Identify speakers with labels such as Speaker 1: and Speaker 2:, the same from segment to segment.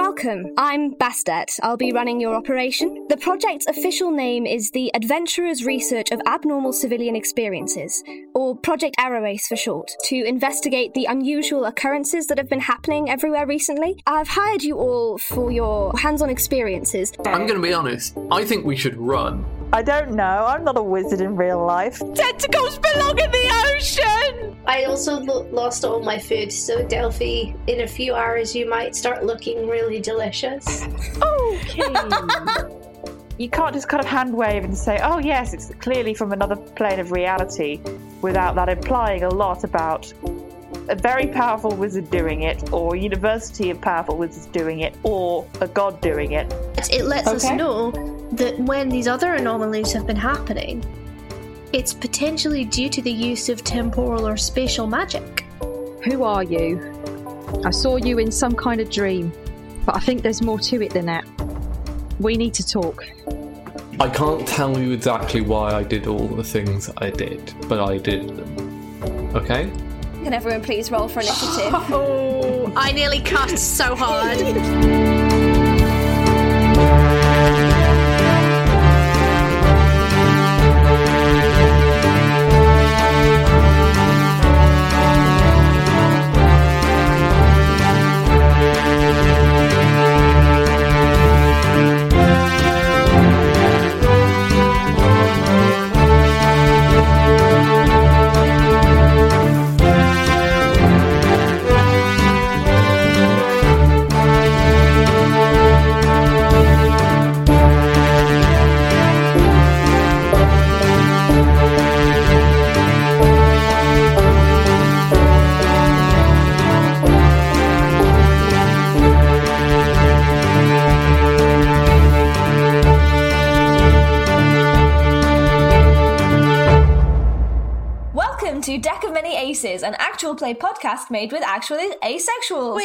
Speaker 1: Welcome, I'm Bastet. I'll be running your operation. The project's official name is the Adventurers Research of Abnormal Civilian Experiences, or Project Arrowace for short, to investigate the unusual occurrences that have been happening everywhere recently. I've hired you all for your hands on experiences.
Speaker 2: I'm going to be honest. I think we should run.
Speaker 3: I don't know. I'm not a wizard in real life.
Speaker 4: Tentacles belong in the ocean!
Speaker 5: I also lo- lost all my food, so Delphi, in a few hours, you might start looking really delicious.
Speaker 3: You can't just kind of hand wave and say, oh, yes, it's clearly from another plane of reality without that implying a lot about a very powerful wizard doing it, or a university of powerful wizards doing it, or a god doing it.
Speaker 5: It- It lets us
Speaker 3: Okay.
Speaker 5: know that when these other anomalies have been happening, it's potentially due to the use of temporal or spatial magic.
Speaker 6: Who are you? I saw you in some kind of dream, but I think there's more to it than that. We need to talk.
Speaker 2: I can't tell you exactly why I did all the things I did, but I did them. Okay?
Speaker 7: Can everyone please roll for initiative?
Speaker 4: Oh,
Speaker 8: I nearly cut so hard.
Speaker 7: Welcome to Deck of Many Aces, an actual play podcast made with actual asexuals.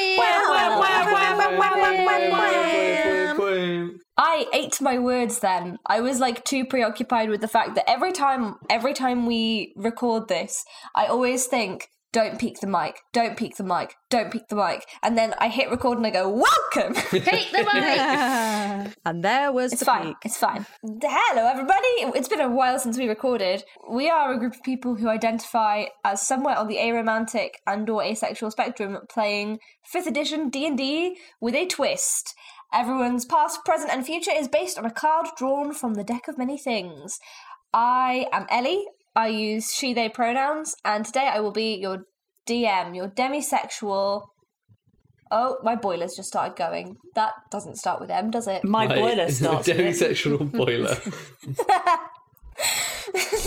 Speaker 7: I ate my words then. I was like too preoccupied with the fact that every time every time we record this, I always think don't peek the mic, don't peek the mic, don't peek the mic. And then I hit record and I go, "Welcome."
Speaker 5: Take the money!
Speaker 4: and there was
Speaker 7: It's
Speaker 4: the
Speaker 7: fine.
Speaker 4: peak.
Speaker 7: It's fine. Hello, everybody. It's been a while since we recorded. We are a group of people who identify as somewhere on the aromantic and/or asexual spectrum, playing fifth edition D and D with a twist. Everyone's past, present, and future is based on a card drawn from the deck of many things. I am Ellie. I use she/they pronouns, and today I will be your DM, your demisexual. Oh, my boiler's just started going. That doesn't start with M, does it?
Speaker 4: My boiler starts. with-
Speaker 2: Demisexual boiler.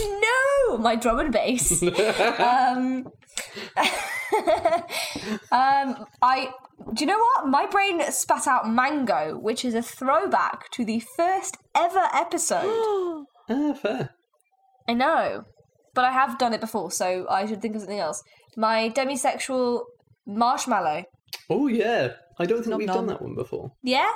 Speaker 7: no, my drum and bass. um, um, I. Do you know what? My brain spat out mango, which is a throwback to the first ever episode.
Speaker 2: ah, fair.
Speaker 7: I know, but I have done it before, so I should think of something else. My demisexual marshmallow.
Speaker 2: Oh, yeah. I don't think
Speaker 4: Nom
Speaker 2: we've
Speaker 4: nom.
Speaker 2: done that one before.
Speaker 7: Yeah.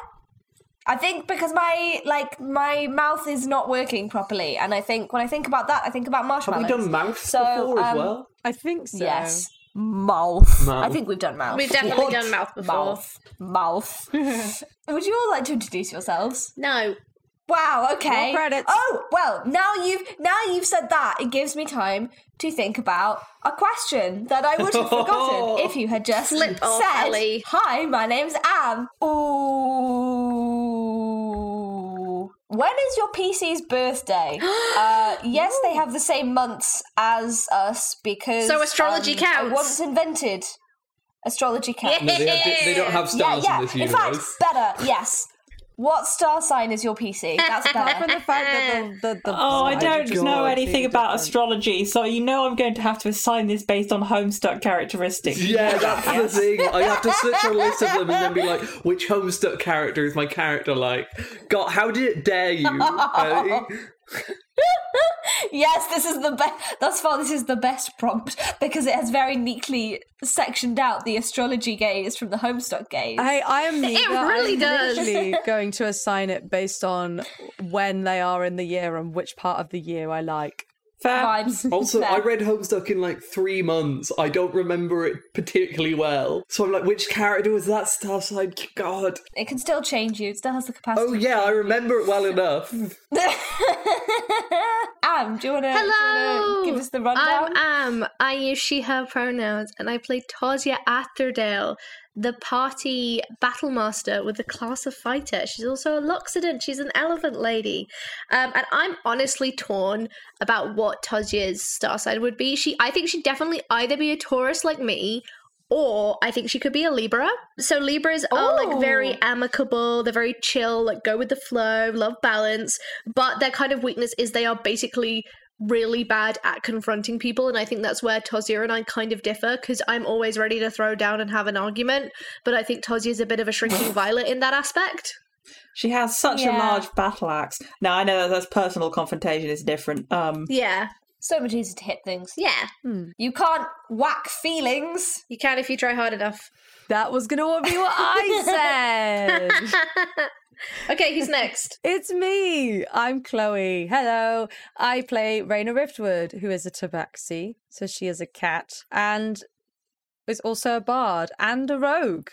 Speaker 7: I think because my like my mouth is not working properly, and I think when I think about that, I think about
Speaker 2: Have
Speaker 7: marshmallows.
Speaker 2: we done mouths
Speaker 7: So,
Speaker 2: before as
Speaker 7: um,
Speaker 2: well?
Speaker 4: I think so.
Speaker 7: Yes.
Speaker 4: Mouth.
Speaker 7: I think we've done mouth.
Speaker 8: We've definitely done mouth before.
Speaker 7: mouth. Mouth. Would you all like to introduce yourselves?
Speaker 8: No.
Speaker 7: Wow, okay.
Speaker 4: More credits.
Speaker 7: Oh, well, now you've now you've said that, it gives me time to think about a question that I would have forgotten if you had just
Speaker 8: Flip
Speaker 7: said
Speaker 8: off, Ellie.
Speaker 7: Hi, my name's Anne. Ooh. When is your PC's birthday? uh, yes, they have the same months as us because
Speaker 8: So astrology
Speaker 7: um, I
Speaker 8: counts.
Speaker 7: once invented astrology counts.
Speaker 2: No, they, have, they don't have stars
Speaker 7: yeah, yeah.
Speaker 2: in this
Speaker 7: in
Speaker 2: universe.
Speaker 7: fact, better. Yes. What star sign is your PC? That's better.
Speaker 4: From the fact that the, the, the
Speaker 9: Oh, I don't
Speaker 4: your
Speaker 9: know anything
Speaker 4: thing
Speaker 9: about
Speaker 4: different.
Speaker 9: astrology, so you know I'm going to have to assign this based on homestuck characteristics.
Speaker 2: Yeah, that's the thing. I have to search a list of them and then be like, which Homestuck character is my character like? God, how did it dare you? Ellie?
Speaker 7: Yes, this is the best. Thus far, this is the best prompt because it has very neatly sectioned out the astrology gaze from the Homestuck gaze.
Speaker 4: Hey, I am neither.
Speaker 8: really
Speaker 4: I'm
Speaker 8: does.
Speaker 4: literally going to assign it based on when they are in the year and which part of the year I like.
Speaker 9: Fair.
Speaker 7: vibes.
Speaker 2: Also,
Speaker 7: Fair.
Speaker 2: I read Homestuck in like three months. I don't remember it particularly well. So I'm like, which character was that stuff? Like, God.
Speaker 7: It can still change you. It still has the capacity.
Speaker 2: Oh, yeah, I remember it well enough.
Speaker 7: Am, do you want to
Speaker 5: Hello.
Speaker 7: give us the
Speaker 5: I'm
Speaker 7: rundown?
Speaker 5: Am. I use she, her pronouns, and I play Tasia Atherdale, the party battle master with the class of fighter. She's also a Loxodent. She's an elephant lady. Um, and I'm honestly torn about what Tasia's star sign would be. She, I think she'd definitely either be a Taurus like me. Or I think she could be a Libra. So Libras are like very
Speaker 4: Oh.
Speaker 5: amicable, they're very chill, like go with the flow, love balance. But their kind of weakness is they are basically really bad at confronting people and i think that's where tozia and i kind of differ because i'm always ready to throw down and have an argument but i think tozia's a bit of a shrinking violet in that aspect
Speaker 9: She has such a
Speaker 7: Yeah.
Speaker 9: large battle axe. Now I know that that's personal confrontation is different.
Speaker 4: Mm.
Speaker 9: Um,
Speaker 5: yeah
Speaker 7: so much easier to hit things.
Speaker 5: yeah
Speaker 7: You can't whack feelings.
Speaker 5: you can if you try hard enough
Speaker 4: That was going to be what I said.
Speaker 5: okay who's next
Speaker 4: It's me. I'm Chloe. Hello. I play Raina Riftwood, who is a tabaxi. So she is a cat and is also a bard and a rogue.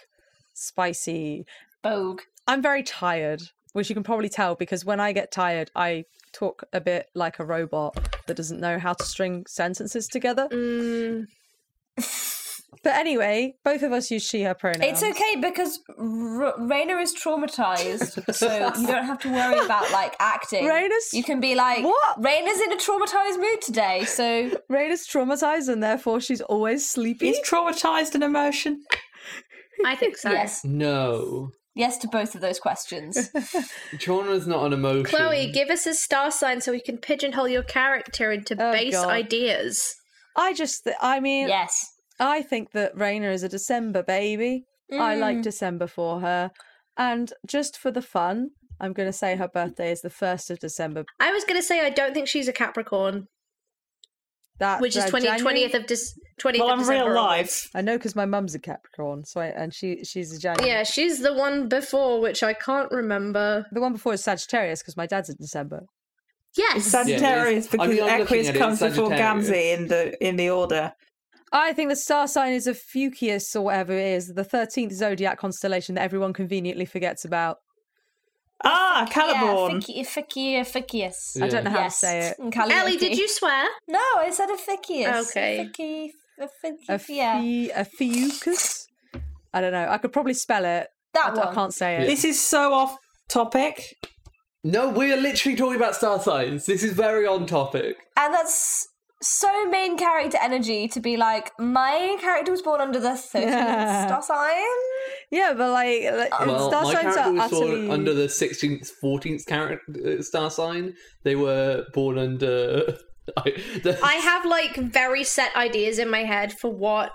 Speaker 4: Spicy.
Speaker 7: Bogue.
Speaker 4: I'm very tired, which you can probably tell because when I get tired, I talk a bit like a robot that doesn't know how to string sentences together.
Speaker 5: Mm.
Speaker 4: But anyway, both of us use she, her pronouns.
Speaker 7: It's okay because R- Raina is traumatized, so you don't have to worry about like acting.
Speaker 4: Raina's-
Speaker 7: you can be like,
Speaker 4: What?
Speaker 7: Raina's in a traumatized mood today, so
Speaker 4: Raina's traumatized and therefore she's always sleepy.
Speaker 9: is traumatized an emotion?
Speaker 5: i think so
Speaker 7: yes,
Speaker 2: No.
Speaker 7: yes to both of those questions.
Speaker 2: Trauma's not an emotion.
Speaker 5: chloe give us a star sign so we can pigeonhole your character into
Speaker 4: Oh,
Speaker 5: base
Speaker 4: God.
Speaker 5: ideas
Speaker 4: I just, th- I mean,
Speaker 7: yes,
Speaker 4: I think that Raina is a December baby. I
Speaker 5: Mm.
Speaker 4: like December for her. And just for the fun, I'm going to say her birthday is the 1st of December.
Speaker 5: i was going to say i don't think she's a capricorn
Speaker 4: That
Speaker 5: which is
Speaker 4: uh,
Speaker 5: 20,
Speaker 4: January?
Speaker 5: 20th of Dec 20th
Speaker 9: Well,
Speaker 5: of
Speaker 9: I'm
Speaker 5: December
Speaker 9: real
Speaker 5: onwards.
Speaker 9: life.
Speaker 4: I know because my mum's a Capricorn, so I, and she she's a January.
Speaker 5: yeah she's the one before which i can't remember
Speaker 4: The one before is Sagittarius because my dad's in December.
Speaker 5: yes
Speaker 9: Sagittarius
Speaker 2: is. I
Speaker 9: because
Speaker 2: mean, I'm looking
Speaker 9: Equus
Speaker 2: at it,
Speaker 9: comes before
Speaker 2: Sagittarius.
Speaker 9: Gamzee in the in the order.
Speaker 4: I think the star sign is of Fucius or whatever it is, the 13th zodiac constellation that everyone conveniently forgets about.
Speaker 9: Ah, Caliborn.
Speaker 7: yeah, Fakir, Fakius.
Speaker 4: I don't know how
Speaker 7: Yes. Mm,
Speaker 4: to say it.
Speaker 7: And Cali-
Speaker 5: Ellie, did
Speaker 7: Fiki.
Speaker 5: you swear?
Speaker 7: No, I said a Fakius.
Speaker 5: Okay.
Speaker 7: Fiki, a Fiki,
Speaker 4: A, fi-
Speaker 7: yeah.
Speaker 4: a Fucus? I don't know. I could probably spell it. I,
Speaker 7: that
Speaker 4: d- I
Speaker 7: one.
Speaker 4: can't say it.
Speaker 9: This is so off topic.
Speaker 2: No, we are literally talking about star signs. This is very on topic.
Speaker 7: And that's so main character energy to be like, my character was born under the 13th
Speaker 4: Yeah.
Speaker 7: star sign.
Speaker 4: Yeah, but like, like
Speaker 2: Uh, Well,
Speaker 4: star
Speaker 2: my
Speaker 4: signs
Speaker 2: character
Speaker 4: are
Speaker 2: was
Speaker 4: utterly
Speaker 2: born under the 16th, 14th character, uh, star sign. They were born under. I, the-
Speaker 5: I have like very set ideas in my head for what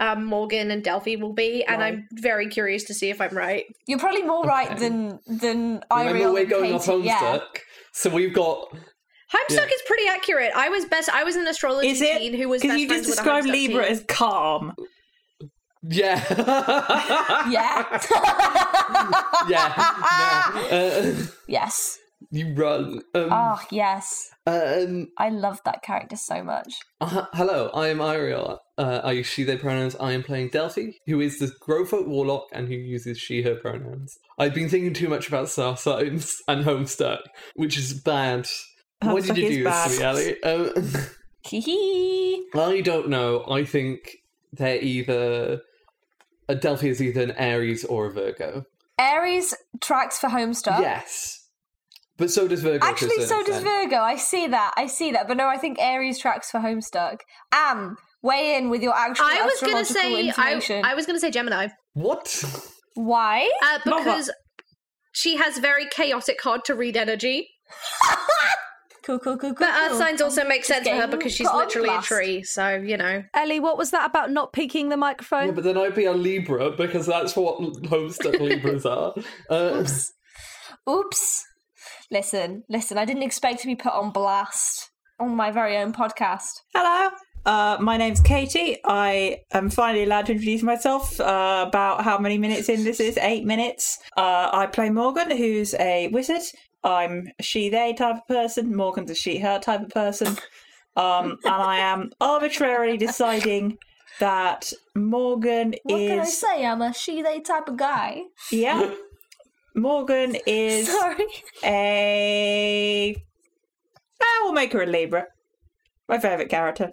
Speaker 5: um, Morgan and Delphi will be, and I'm very curious to see if I'm right.
Speaker 7: You're probably more right than than I
Speaker 2: remember we're going off homestuck,
Speaker 7: Yeah.
Speaker 2: so we've got
Speaker 5: Homestuck is pretty accurate. I was best. I was an astrology
Speaker 9: Is it?
Speaker 5: teen who was
Speaker 9: Because
Speaker 5: best
Speaker 9: you
Speaker 5: friends
Speaker 9: just
Speaker 5: with a
Speaker 9: described
Speaker 5: Homestuck
Speaker 9: Libra
Speaker 5: teen.
Speaker 9: as calm.
Speaker 2: yeah,
Speaker 7: Yeah.
Speaker 2: yeah. no, uh,
Speaker 7: yes.
Speaker 2: you run. Um,
Speaker 9: Ah.
Speaker 7: Oh, yes.
Speaker 2: um,
Speaker 7: I love that character so much.
Speaker 2: Uh, hello, I am Ariel. Uh, I use she, they pronouns. I am playing Delphi, who is the Growfolk warlock and who uses she, her pronouns. I've been thinking too much about star signs and Homestuck, which is bad. Why did
Speaker 9: Homestuck
Speaker 2: you
Speaker 9: is
Speaker 2: do this to me,
Speaker 9: bad.
Speaker 2: Ali? Um,
Speaker 7: Hee hee.
Speaker 2: I don't know. I think they're either. Uh, Delphi is either an Aries or a Virgo.
Speaker 7: Aries tracks for Homestuck.
Speaker 2: Yes. But so does Virgo. to a
Speaker 7: Actually,
Speaker 2: certain
Speaker 7: so does
Speaker 2: extent.
Speaker 7: Virgo. I see that. I see that. But no, I think Aries tracks for Homestuck. Am, weigh in with your actual
Speaker 5: I was gonna
Speaker 7: astrological
Speaker 5: say. I,
Speaker 7: information.
Speaker 5: I was gonna say Gemini
Speaker 2: What?
Speaker 7: Why?
Speaker 5: uh, because she has very chaotic, hard to read energy.
Speaker 7: Cool, cool, cool, cool.
Speaker 5: But Earth
Speaker 7: cool.
Speaker 5: signs also make sense for her
Speaker 7: Oh, getting
Speaker 5: because she's
Speaker 7: put on
Speaker 5: literally a
Speaker 7: blast.
Speaker 5: tree. So you know,
Speaker 4: Ellie, what was that about not peeking the microphone?
Speaker 2: Yeah, but then I'd be a Libra because that's what homestuck Libras are. Uh,
Speaker 7: Oops. Listen, listen, I didn't expect to be put on blast on my very own podcast.
Speaker 9: Hello. Uh, my name's Katie. I am finally allowed to introduce myself. Uh, about how many minutes in this is? Eight minutes. Uh, I play Morgan, who's a wizard. I'm a she they type of person. Morgan's a she her type of person.
Speaker 10: Um, and I am arbitrarily deciding that Morgan
Speaker 7: What
Speaker 10: is
Speaker 7: can I say? I'm a she they type of guy.
Speaker 10: yeah. Morgan is
Speaker 7: Sorry.
Speaker 10: a. Ah, we'll make her a Libra. My favourite character.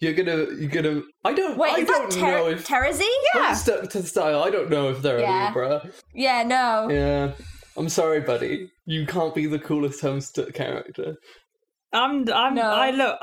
Speaker 2: You're gonna, you're gonna. I don't.
Speaker 7: Wait,
Speaker 2: I
Speaker 7: Oh, is
Speaker 2: don't
Speaker 7: that
Speaker 2: know
Speaker 7: ter-
Speaker 2: if
Speaker 7: Terezi?
Speaker 2: I'm stuck to the style. I don't know if they're a
Speaker 7: Yeah.
Speaker 2: Libra.
Speaker 7: Yeah, no.
Speaker 2: Yeah, I'm sorry, buddy. You can't be the coolest Homestuck character.
Speaker 10: I'm. I'm.
Speaker 7: No.
Speaker 10: I look.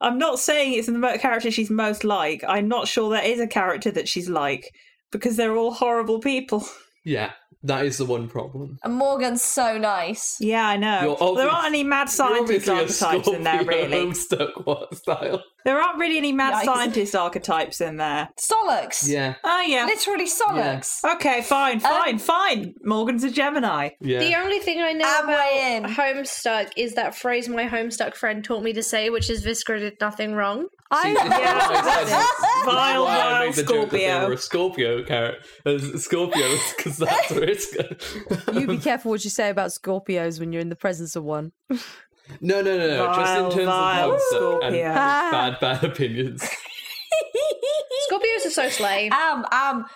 Speaker 10: I'm not saying it's the mo- character she's most like. I'm not sure there is a character that she's like because they're all horrible people.
Speaker 2: Yeah, that is the one problem.
Speaker 7: And Morgan's so nice.
Speaker 10: Yeah, I know.
Speaker 2: You're obvious-
Speaker 10: there aren't any mad
Speaker 2: You're
Speaker 10: scientist
Speaker 2: obviously a
Speaker 10: archetypes in there,
Speaker 2: Scorpio
Speaker 10: really.
Speaker 2: Homestuck what style?
Speaker 10: There aren't really any mad
Speaker 7: Yikes.
Speaker 10: scientist archetypes in there.
Speaker 7: Solux.
Speaker 2: Yeah,
Speaker 10: Oh yeah.
Speaker 7: Literally Solux.
Speaker 10: Okay, fine,
Speaker 7: Um,
Speaker 10: fine, fine. Morgan's a Gemini.
Speaker 2: yeah.
Speaker 5: The only thing I know
Speaker 7: Am I in?
Speaker 5: about homestuck is that phrase my homestuck friend taught me to say, which is Viscra did nothing wrong.
Speaker 2: See,
Speaker 4: I
Speaker 2: this is why I said-
Speaker 10: Vile,
Speaker 2: why I
Speaker 10: vile
Speaker 2: made the joke that they
Speaker 10: Scorpio.
Speaker 2: were a Scorpio character, Scorpio, because that's where it's.
Speaker 4: You be careful what you say about Scorpios when you're in the presence of one.
Speaker 2: No, no, no, no.
Speaker 10: Vile,
Speaker 2: Just in terms
Speaker 10: vile
Speaker 2: of Homestuck and
Speaker 10: Scorpio.
Speaker 5: Ah.
Speaker 2: bad, bad opinions.
Speaker 5: Scorpios are so slay.
Speaker 7: Um, um.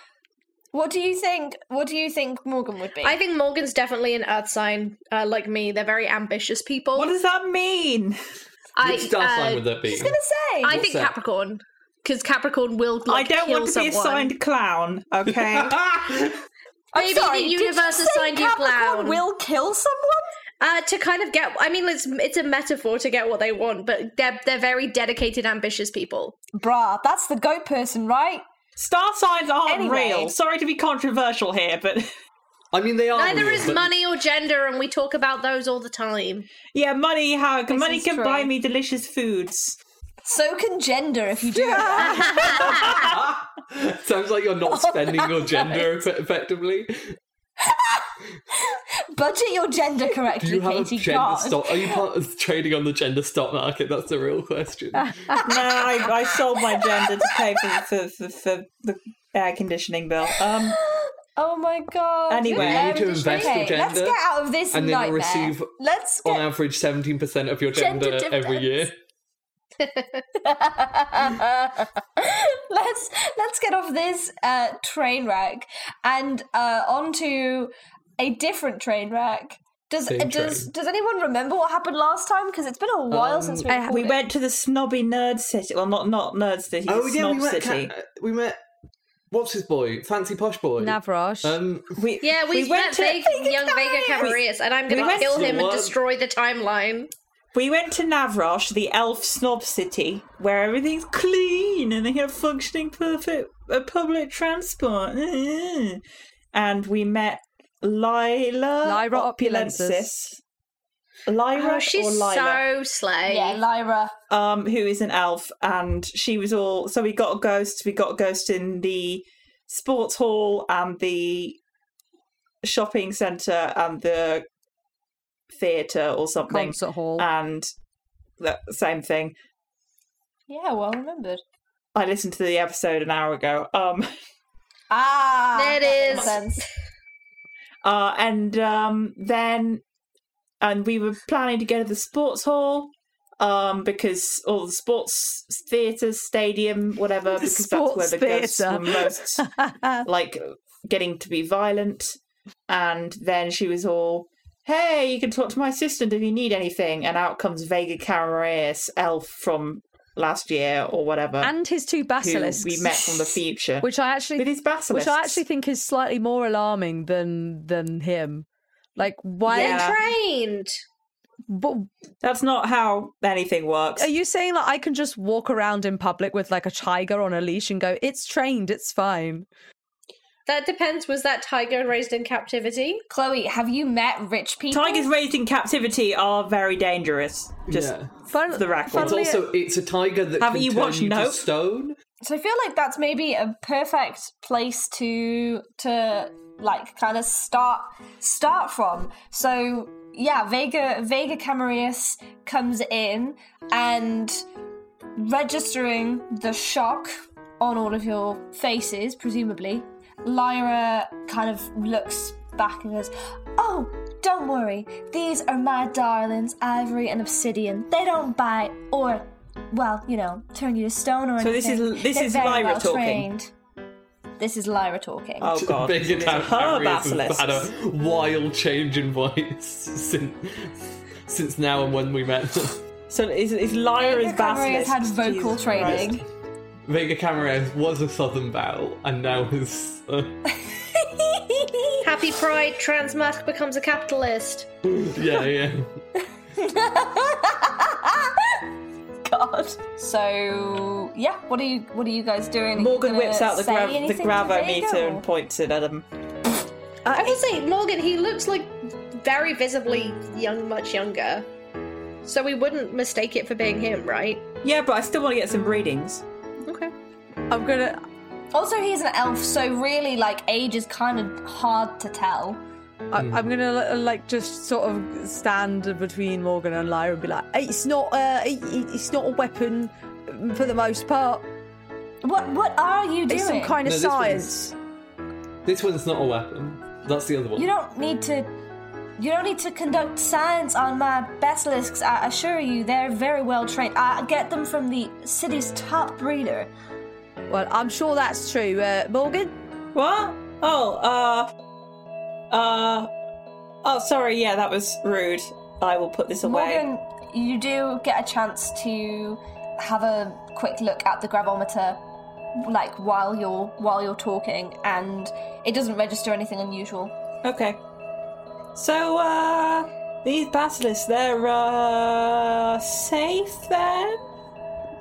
Speaker 7: What do you think? What do you think Morgan would be?
Speaker 5: I think Morgan's definitely an earth sign, uh, like me. They're very ambitious people.
Speaker 10: What does that mean?
Speaker 5: I,
Speaker 2: Which star
Speaker 5: uh,
Speaker 2: sign would that be?
Speaker 7: say.
Speaker 5: I think
Speaker 2: that?
Speaker 5: Capricorn, because Capricorn will. Like,
Speaker 10: I don't
Speaker 5: kill
Speaker 10: want to
Speaker 5: someone.
Speaker 10: be assigned clown, okay?
Speaker 7: I'm
Speaker 5: Maybe
Speaker 7: sorry,
Speaker 5: the
Speaker 7: did you
Speaker 5: universe
Speaker 7: say
Speaker 5: assigned you
Speaker 7: Capricorn
Speaker 5: clown.
Speaker 7: will kill someone.
Speaker 5: uh, to kind of get. I mean, it's it's a metaphor to get what they want, but they're they're very dedicated, ambitious people.
Speaker 7: Bruh, that's the goat person, right?
Speaker 10: Star signs aren't
Speaker 7: Anyway.
Speaker 10: real. Sorry to be controversial here, but
Speaker 2: I mean, they are.
Speaker 5: Neither
Speaker 2: real,
Speaker 5: is
Speaker 2: Oh, but-
Speaker 5: money or gender, and we talk about those all the time.
Speaker 10: yeah, money how money
Speaker 7: is
Speaker 10: can
Speaker 7: true.
Speaker 10: buy me delicious foods.
Speaker 7: So can gender if you do. it.
Speaker 2: Sounds like you're not spending your gender eff- effectively.
Speaker 7: Budget your gender
Speaker 2: Do
Speaker 7: correctly,
Speaker 2: you have
Speaker 7: Katie.
Speaker 2: a gender
Speaker 7: God.
Speaker 2: stock? Are you part of trading on the gender stock market? That's the real question.
Speaker 10: No, I, I sold my gender to pay for, for, for, for the air conditioning bill. Um
Speaker 7: Oh my god.
Speaker 10: Anyway. You need
Speaker 7: Um,
Speaker 2: to invest
Speaker 7: okay,
Speaker 2: your gender
Speaker 7: Let's get out of this
Speaker 2: and then
Speaker 7: nightmare.
Speaker 2: receive
Speaker 7: let's
Speaker 2: on
Speaker 7: get
Speaker 2: average 17% of your gender,
Speaker 7: Gender
Speaker 2: every year.
Speaker 7: let's let's get off this uh, train wreck and uh, onto a different train wreck. Does
Speaker 2: Same
Speaker 7: does
Speaker 2: train. Um,
Speaker 7: does anyone remember what happened last time? Because it's been a while since we,
Speaker 4: I ha-
Speaker 7: recorded.
Speaker 10: we went to the snobby nerd city. Well not not nerd city, snob
Speaker 2: Ca-
Speaker 10: city.
Speaker 2: Oh, we met. What's his boy? Fancy Posh Boy.
Speaker 4: Navrosh.
Speaker 2: Um,
Speaker 10: we,
Speaker 5: Yeah, we,
Speaker 10: went
Speaker 5: met
Speaker 10: to
Speaker 5: Vega, young Vega Cavarius, and I'm going
Speaker 10: we
Speaker 5: to
Speaker 10: went
Speaker 5: kill
Speaker 2: to
Speaker 5: him and
Speaker 2: one-
Speaker 5: destroy the timeline.
Speaker 10: We went to Navrosh, the elf snob city, where everything's clean and they have functioning perfect uh, public transport. Mm. And we met Lila
Speaker 4: Lyra opulensis.
Speaker 10: Lyra
Speaker 5: Oh, she's
Speaker 10: or Lila,
Speaker 5: so slay.
Speaker 7: yeah, Lyra.
Speaker 10: um, who is an elf, and she was all. So we got a ghost. We got a ghost in the sports hall and the shopping centre and the theatre or something
Speaker 4: concert hall.
Speaker 10: and the same thing.
Speaker 7: Yeah, well remembered.
Speaker 10: I listened to the episode an hour ago. Um,
Speaker 7: Ah,
Speaker 5: There it
Speaker 7: that
Speaker 5: is.
Speaker 7: makes sense.
Speaker 10: uh, and um, then, and we were planning to go to the sports hall um, because all the sports theatre, stadium, whatever, because that's where
Speaker 4: Sports
Speaker 10: the ghosts
Speaker 4: theatre.
Speaker 10: were most like getting to be violent. And then she was all, "Hey, you can talk to my assistant if you need anything." And out comes Vega Camareus, elf from last year or whatever.
Speaker 2: Uh,
Speaker 4: and his two
Speaker 10: who
Speaker 4: basilisks.
Speaker 10: we met from the future.
Speaker 4: Which I actually
Speaker 10: with his basilisks.
Speaker 4: which I actually think is slightly more alarming than than him. Like why
Speaker 10: Yeah.
Speaker 5: Trained.
Speaker 4: but
Speaker 10: that's not how anything works.
Speaker 4: are you saying like I can just walk around in public with like a tiger on a leash and go, it's trained, it's fine.
Speaker 5: That depends. Was that tiger raised in captivity?
Speaker 7: Chloe, have you met rich people?
Speaker 10: Tigers raised in captivity are very dangerous. Just
Speaker 2: yeah.
Speaker 4: Fun-
Speaker 10: the record.
Speaker 2: It's
Speaker 4: funnily-
Speaker 2: also it's a tiger that
Speaker 10: Haven't
Speaker 2: can
Speaker 10: you
Speaker 2: turn
Speaker 10: watched
Speaker 2: you to
Speaker 10: Nope?
Speaker 2: stone.
Speaker 7: So I feel like that's maybe a perfect place to to like kind of start start from. So yeah, Vega Vega Camarius comes in and registering the shock on all of your faces, presumably. Lyra kind of looks back and goes, "Oh, don't worry. These are my darlings, Ivory and Obsidian. They don't bite or well, you know, turn you to stone or
Speaker 10: So this
Speaker 7: anything.
Speaker 10: is- this
Speaker 7: They're
Speaker 10: is
Speaker 7: very
Speaker 10: Lyra
Speaker 7: well
Speaker 10: talking.
Speaker 7: Trained. This is Lyra talking.
Speaker 10: Oh god,
Speaker 2: Big
Speaker 10: it's
Speaker 2: attack
Speaker 10: her
Speaker 2: Arius has had
Speaker 10: basilisk.
Speaker 2: a wild change in voice since since now and when we met.
Speaker 10: So is is Lyra is
Speaker 7: Cameron
Speaker 10: basilisk?
Speaker 7: had vocal
Speaker 10: Jesus
Speaker 7: training.
Speaker 10: Christ.
Speaker 2: Vega Camarez was a Southern belle and now is. Uh,
Speaker 5: Happy Pride, Transmask becomes a capitalist.
Speaker 2: yeah, yeah.
Speaker 7: God. So yeah, what are you what are you guys doing? Are you
Speaker 10: Morgan
Speaker 7: gonna
Speaker 10: whips out the,
Speaker 7: say
Speaker 10: grav- the
Speaker 7: anything to
Speaker 10: gravometer
Speaker 7: Vega,
Speaker 10: and
Speaker 7: or-
Speaker 10: points it at him.
Speaker 5: I will say, Morgan, he looks like very visibly young, much younger. So we wouldn't mistake it for being him, right?
Speaker 10: Yeah, but I still want to get some readings.
Speaker 5: Okay.
Speaker 4: I'm gonna.
Speaker 7: Also, he's an elf, so really, like age is kind of hard to tell.
Speaker 4: I,
Speaker 2: Hmm.
Speaker 4: I'm gonna li- like just sort of stand between Morgan and Lyra and be like, it's not, uh, it- it- it's not a weapon um, for the most part.
Speaker 7: What what are you doing?
Speaker 4: It's some kind of
Speaker 2: No, this
Speaker 4: science.
Speaker 2: This one's not a weapon. That's the other one.
Speaker 7: You don't need to. You don't need to conduct science on my basilisks. I assure you, they're very well trained. I get them from the city's top breeder.
Speaker 4: Well, I'm sure that's true. Uh, Morgan,
Speaker 10: What? Oh, uh, uh, oh, sorry. Yeah, that was rude. I will put this away.
Speaker 7: Morgan, you do get a chance to have a quick look at the grabometer, like while you're while you're talking, and it doesn't register anything unusual.
Speaker 10: Okay. So, uh, these basilisks, they're, uh, safe then?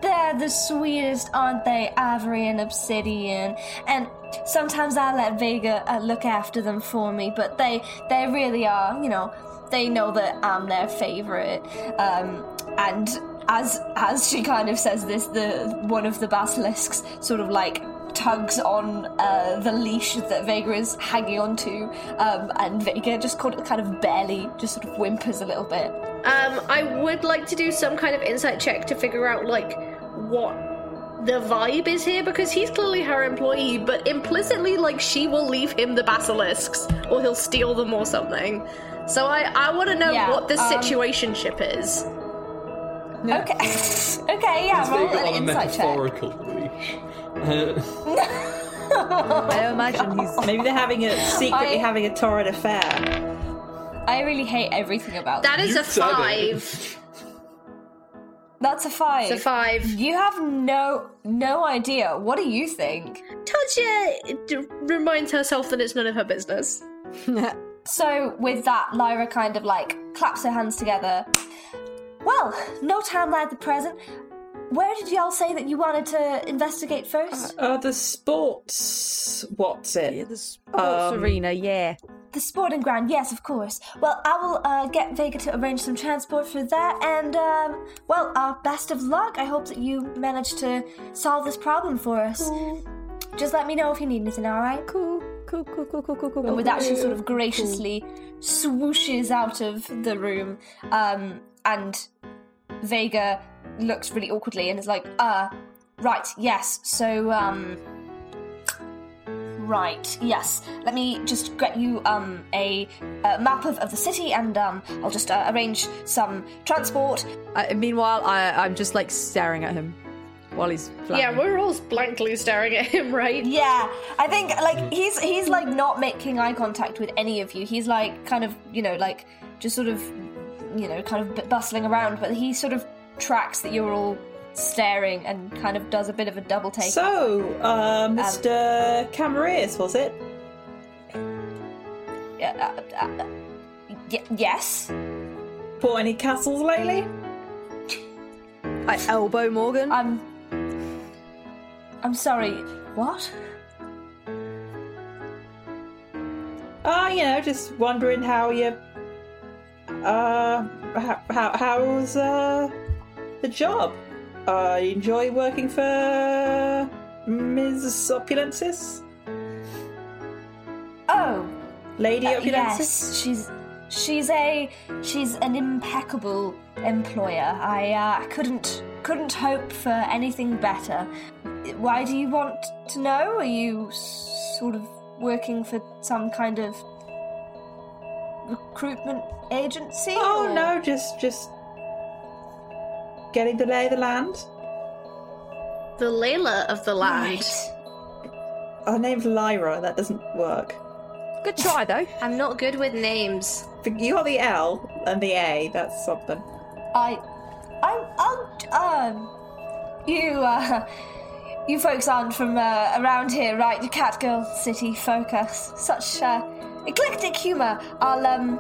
Speaker 7: They're the sweetest, aren't they? Ivory and obsidian. And sometimes I let Vega uh, look after them for me, but they they really are, you know, they know that I'm their favorite. Um, and as as she kind of says this, the one of the basilisks sort of like tugs on uh, the leash that Vega is hanging onto, um, and Vega just kind of- kind of barely just sort of whimpers a little bit.
Speaker 5: Um, I would like to do some kind of insight check to figure out, like, what the vibe is here, because he's clearly her employee, but implicitly, like, she will leave him the basilisks, or he'll steal them or something. So I, I want to know
Speaker 7: Yeah,
Speaker 5: what the
Speaker 7: um,
Speaker 5: situationship is.
Speaker 7: Okay, okay, yeah,
Speaker 2: It's
Speaker 7: roll
Speaker 2: Vega on
Speaker 7: an
Speaker 2: a
Speaker 7: insight check.
Speaker 2: metaphorical leash. Uh,
Speaker 4: I imagine he's.
Speaker 10: Maybe they're having a, secretly
Speaker 7: I-
Speaker 10: having a torrid affair.
Speaker 7: I really hate everything about that.
Speaker 5: That is
Speaker 2: you
Speaker 5: a
Speaker 2: said it.
Speaker 5: five.
Speaker 7: That's a five.
Speaker 5: It's a five.
Speaker 7: You have no no idea. What do you think?
Speaker 5: Tadja d- reminds herself that it's none of her business.
Speaker 7: So with that, Lyra kind of like claps her hands together. Well, no time like the present. Where did y'all say that you wanted to investigate first?
Speaker 10: Uh, the sports. What's it?
Speaker 4: Yeah, the sports arena, yeah.
Speaker 7: the sporting ground, yes, of course. Well, I will uh, get Vega to arrange some transport for that, and um, well, uh, best of luck. I hope that you manage to solve this problem for us. Just let me know if you need anything, all right?
Speaker 4: Cool, cool, cool, cool, cool, cool, cool.
Speaker 7: And with that, she sort of graciously swooshes out of the room. Um, and Vega looks really awkwardly and is like, uh, right, yes, so, um, right, yes. Let me just get you, um, a, uh map of, of the city and, um, I'll just uh, arrange some transport.
Speaker 4: I, meanwhile, I, I'm just like staring at him while he's.
Speaker 5: Yeah,
Speaker 4: flattening.
Speaker 5: we're all blankly staring at him, right?
Speaker 7: Yeah, I think, like, he's, he's, like, not making eye contact with any of you. He's, like, kind of, you know, like, just sort of you know, kind of b- bustling around, but he sort of tracks that you're all staring and kind of does a bit of a double take.
Speaker 10: So, uh, Mr. Camarades, was it?
Speaker 7: Uh, uh, uh, uh, y- yes.
Speaker 10: Bought any castles lately?
Speaker 4: I elbow Morgan.
Speaker 7: I'm. I'm sorry. What?
Speaker 10: Uh, you know, just wondering how you. Uh, how, how, how's, uh, the job? Uh, you enjoy working for. Ms. Opulensis?
Speaker 7: Oh,
Speaker 10: Lady
Speaker 7: uh,
Speaker 10: Opulensis?
Speaker 7: yes. She's she's a she's an impeccable employer. I uh, I couldn't couldn't hope for anything better. Why do you want to know? Are you s- sort of working for some kind of recruitment agency?
Speaker 10: Oh
Speaker 7: or-
Speaker 10: no, just just getting to lay of the land.
Speaker 5: The Layla of the land.
Speaker 10: Our Oh, name's Lyra. That doesn't work.
Speaker 4: Good try, though.
Speaker 5: I'm not good with names.
Speaker 10: The- You got the L and the A. That's something.
Speaker 7: I, I, I'll, um, you, uh, you folks aren't from uh, around here, right? You Catgirl City focus. Such uh, eclectic humour. I'll, um,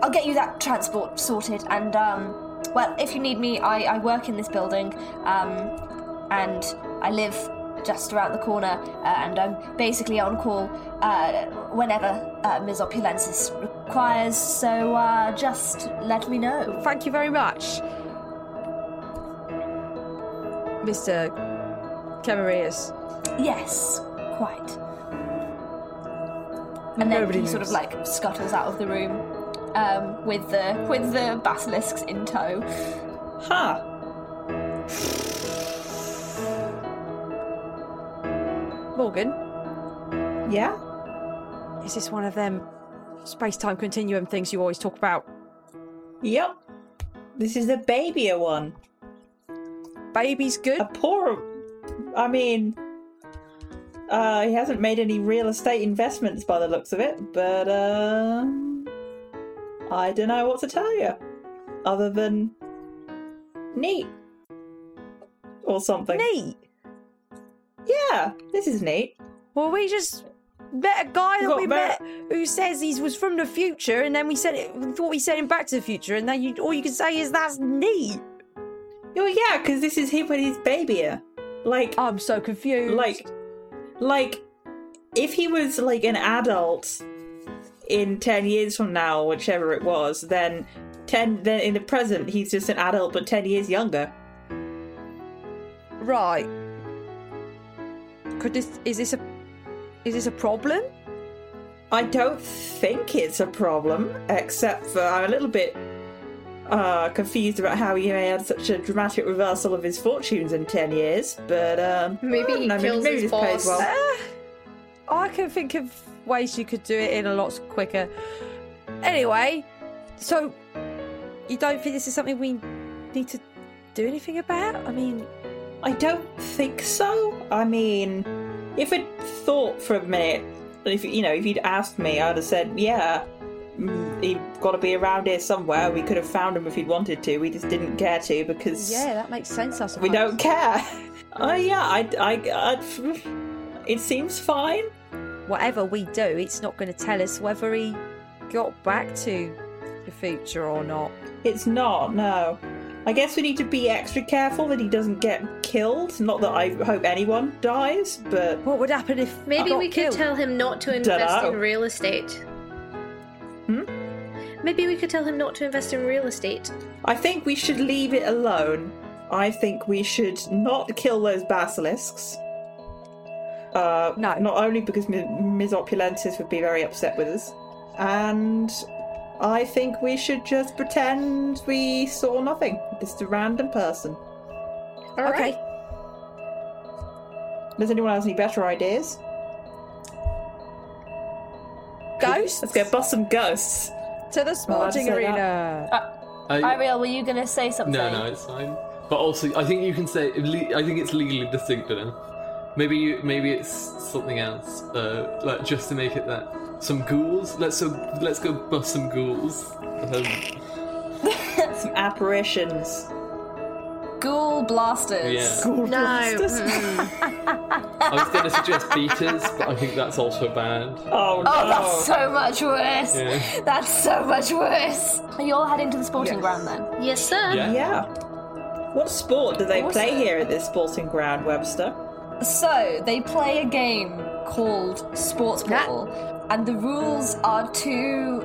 Speaker 7: I'll get you that transport sorted. And, um, well, if you need me, I, I work in this building, um, and I live just around the corner, uh, and I'm basically on call uh, whenever uh, Ms. Opulensis requires. So uh, just let me know.
Speaker 4: Thank you very much. Mr. Camarius.
Speaker 7: Yes, quite. And then
Speaker 4: Nobody
Speaker 7: he sort of
Speaker 4: moves.
Speaker 7: like scuttles out of the room um, with the with the basilisks in tow.
Speaker 10: Ha!
Speaker 4: Morgan,
Speaker 10: Yeah.
Speaker 4: is this one of them space time continuum things you always talk about?
Speaker 10: Yep. This is the babier one.
Speaker 4: Baby's good.
Speaker 10: A poor. I mean, uh, he hasn't made any real estate investments by the looks of it, but um, I don't know what to tell you, other than neat or something.
Speaker 4: Neat.
Speaker 10: Yeah, this is neat.
Speaker 4: Well, we just met a guy that
Speaker 10: Got
Speaker 4: we met
Speaker 10: met-
Speaker 4: who says he was from the future, and then we sent it, we thought we sent him back to the future, and then you, all you can say is that's neat.
Speaker 10: Oh yeah, because this is him when he's babier. Like
Speaker 4: I'm so confused.
Speaker 10: like like if he was like an adult in 10 years from now whichever it was then 10 then in the present he's just an adult but 10 years younger
Speaker 4: right? Could this is this a is this a problem?
Speaker 10: i don't think it's a problem except for i'm a little bit uh confused about how he had such a dramatic reversal of his fortunes in 10 years but um
Speaker 5: Maybe
Speaker 10: I don't
Speaker 5: he
Speaker 10: know,
Speaker 5: kills
Speaker 10: maybe
Speaker 5: his
Speaker 10: this plays
Speaker 5: boss.
Speaker 10: well.
Speaker 4: Uh, I can think of ways you could do it in a lot quicker. Anyway, so you don't think this is something we need to do anything about? I mean,
Speaker 10: I don't think so. I mean, if I'd thought for a minute, if you know, if you'd asked me, I'd have said, yeah, mm, he'd got to be around here somewhere. We could have found him if he'd wanted to. We just didn't care to because
Speaker 4: yeah, that makes sense. I suppose
Speaker 10: we don't care. Oh yeah, I, I, I- it seems fine.
Speaker 4: whatever we do, it's not going to tell us whether he got back to the future or not.
Speaker 10: It's not. No, I guess we need to be extra careful that he doesn't get killed. Not that I hope anyone dies, but
Speaker 4: What would happen if
Speaker 5: Maybe
Speaker 4: got
Speaker 5: we
Speaker 4: killed?
Speaker 5: could tell him not to invest in
Speaker 10: Dunno.
Speaker 5: real estate.
Speaker 10: Hmm?
Speaker 5: Maybe we could tell him not to invest in real estate.
Speaker 10: I think we should leave it alone. I think we should not kill those basilisks. Uh,
Speaker 4: No.
Speaker 10: Not only because M- Ms. Opulensis would be very upset with us, and I think we should just pretend we saw nothing. Just a random person.
Speaker 4: Okay,
Speaker 10: Does anyone else have any better ideas?
Speaker 4: ghosts
Speaker 10: Let's go bust some ghosts.
Speaker 4: to the
Speaker 10: I'd say
Speaker 4: sporting
Speaker 10: that.
Speaker 4: arena.
Speaker 2: I,
Speaker 7: Ariel, were you gonna say something?
Speaker 2: no, no, it's fine. But also, I think you can say. le- I think it's legally distinct enough. Maybe you, maybe it's something else. Uh, like just to make it that some ghouls. Let's so let's go bust some ghouls. Um,
Speaker 10: Some apparitions.
Speaker 7: Ghoul blasters.
Speaker 2: yeah.
Speaker 5: No. mm-mm.
Speaker 2: I was going to suggest beaters, but I think that's also banned.
Speaker 10: Oh,
Speaker 7: Oh,
Speaker 10: no.
Speaker 7: that's so much worse.
Speaker 2: Yeah.
Speaker 7: That's so much worse. Are you all heading to the sporting
Speaker 10: Yes.
Speaker 7: ground then?
Speaker 5: Yes, sir.
Speaker 2: Yeah.
Speaker 10: Yeah. What sport do they
Speaker 7: Awesome.
Speaker 10: play here at this sporting ground, Webster?
Speaker 7: So they play a game called Sports Ball, and the rules are too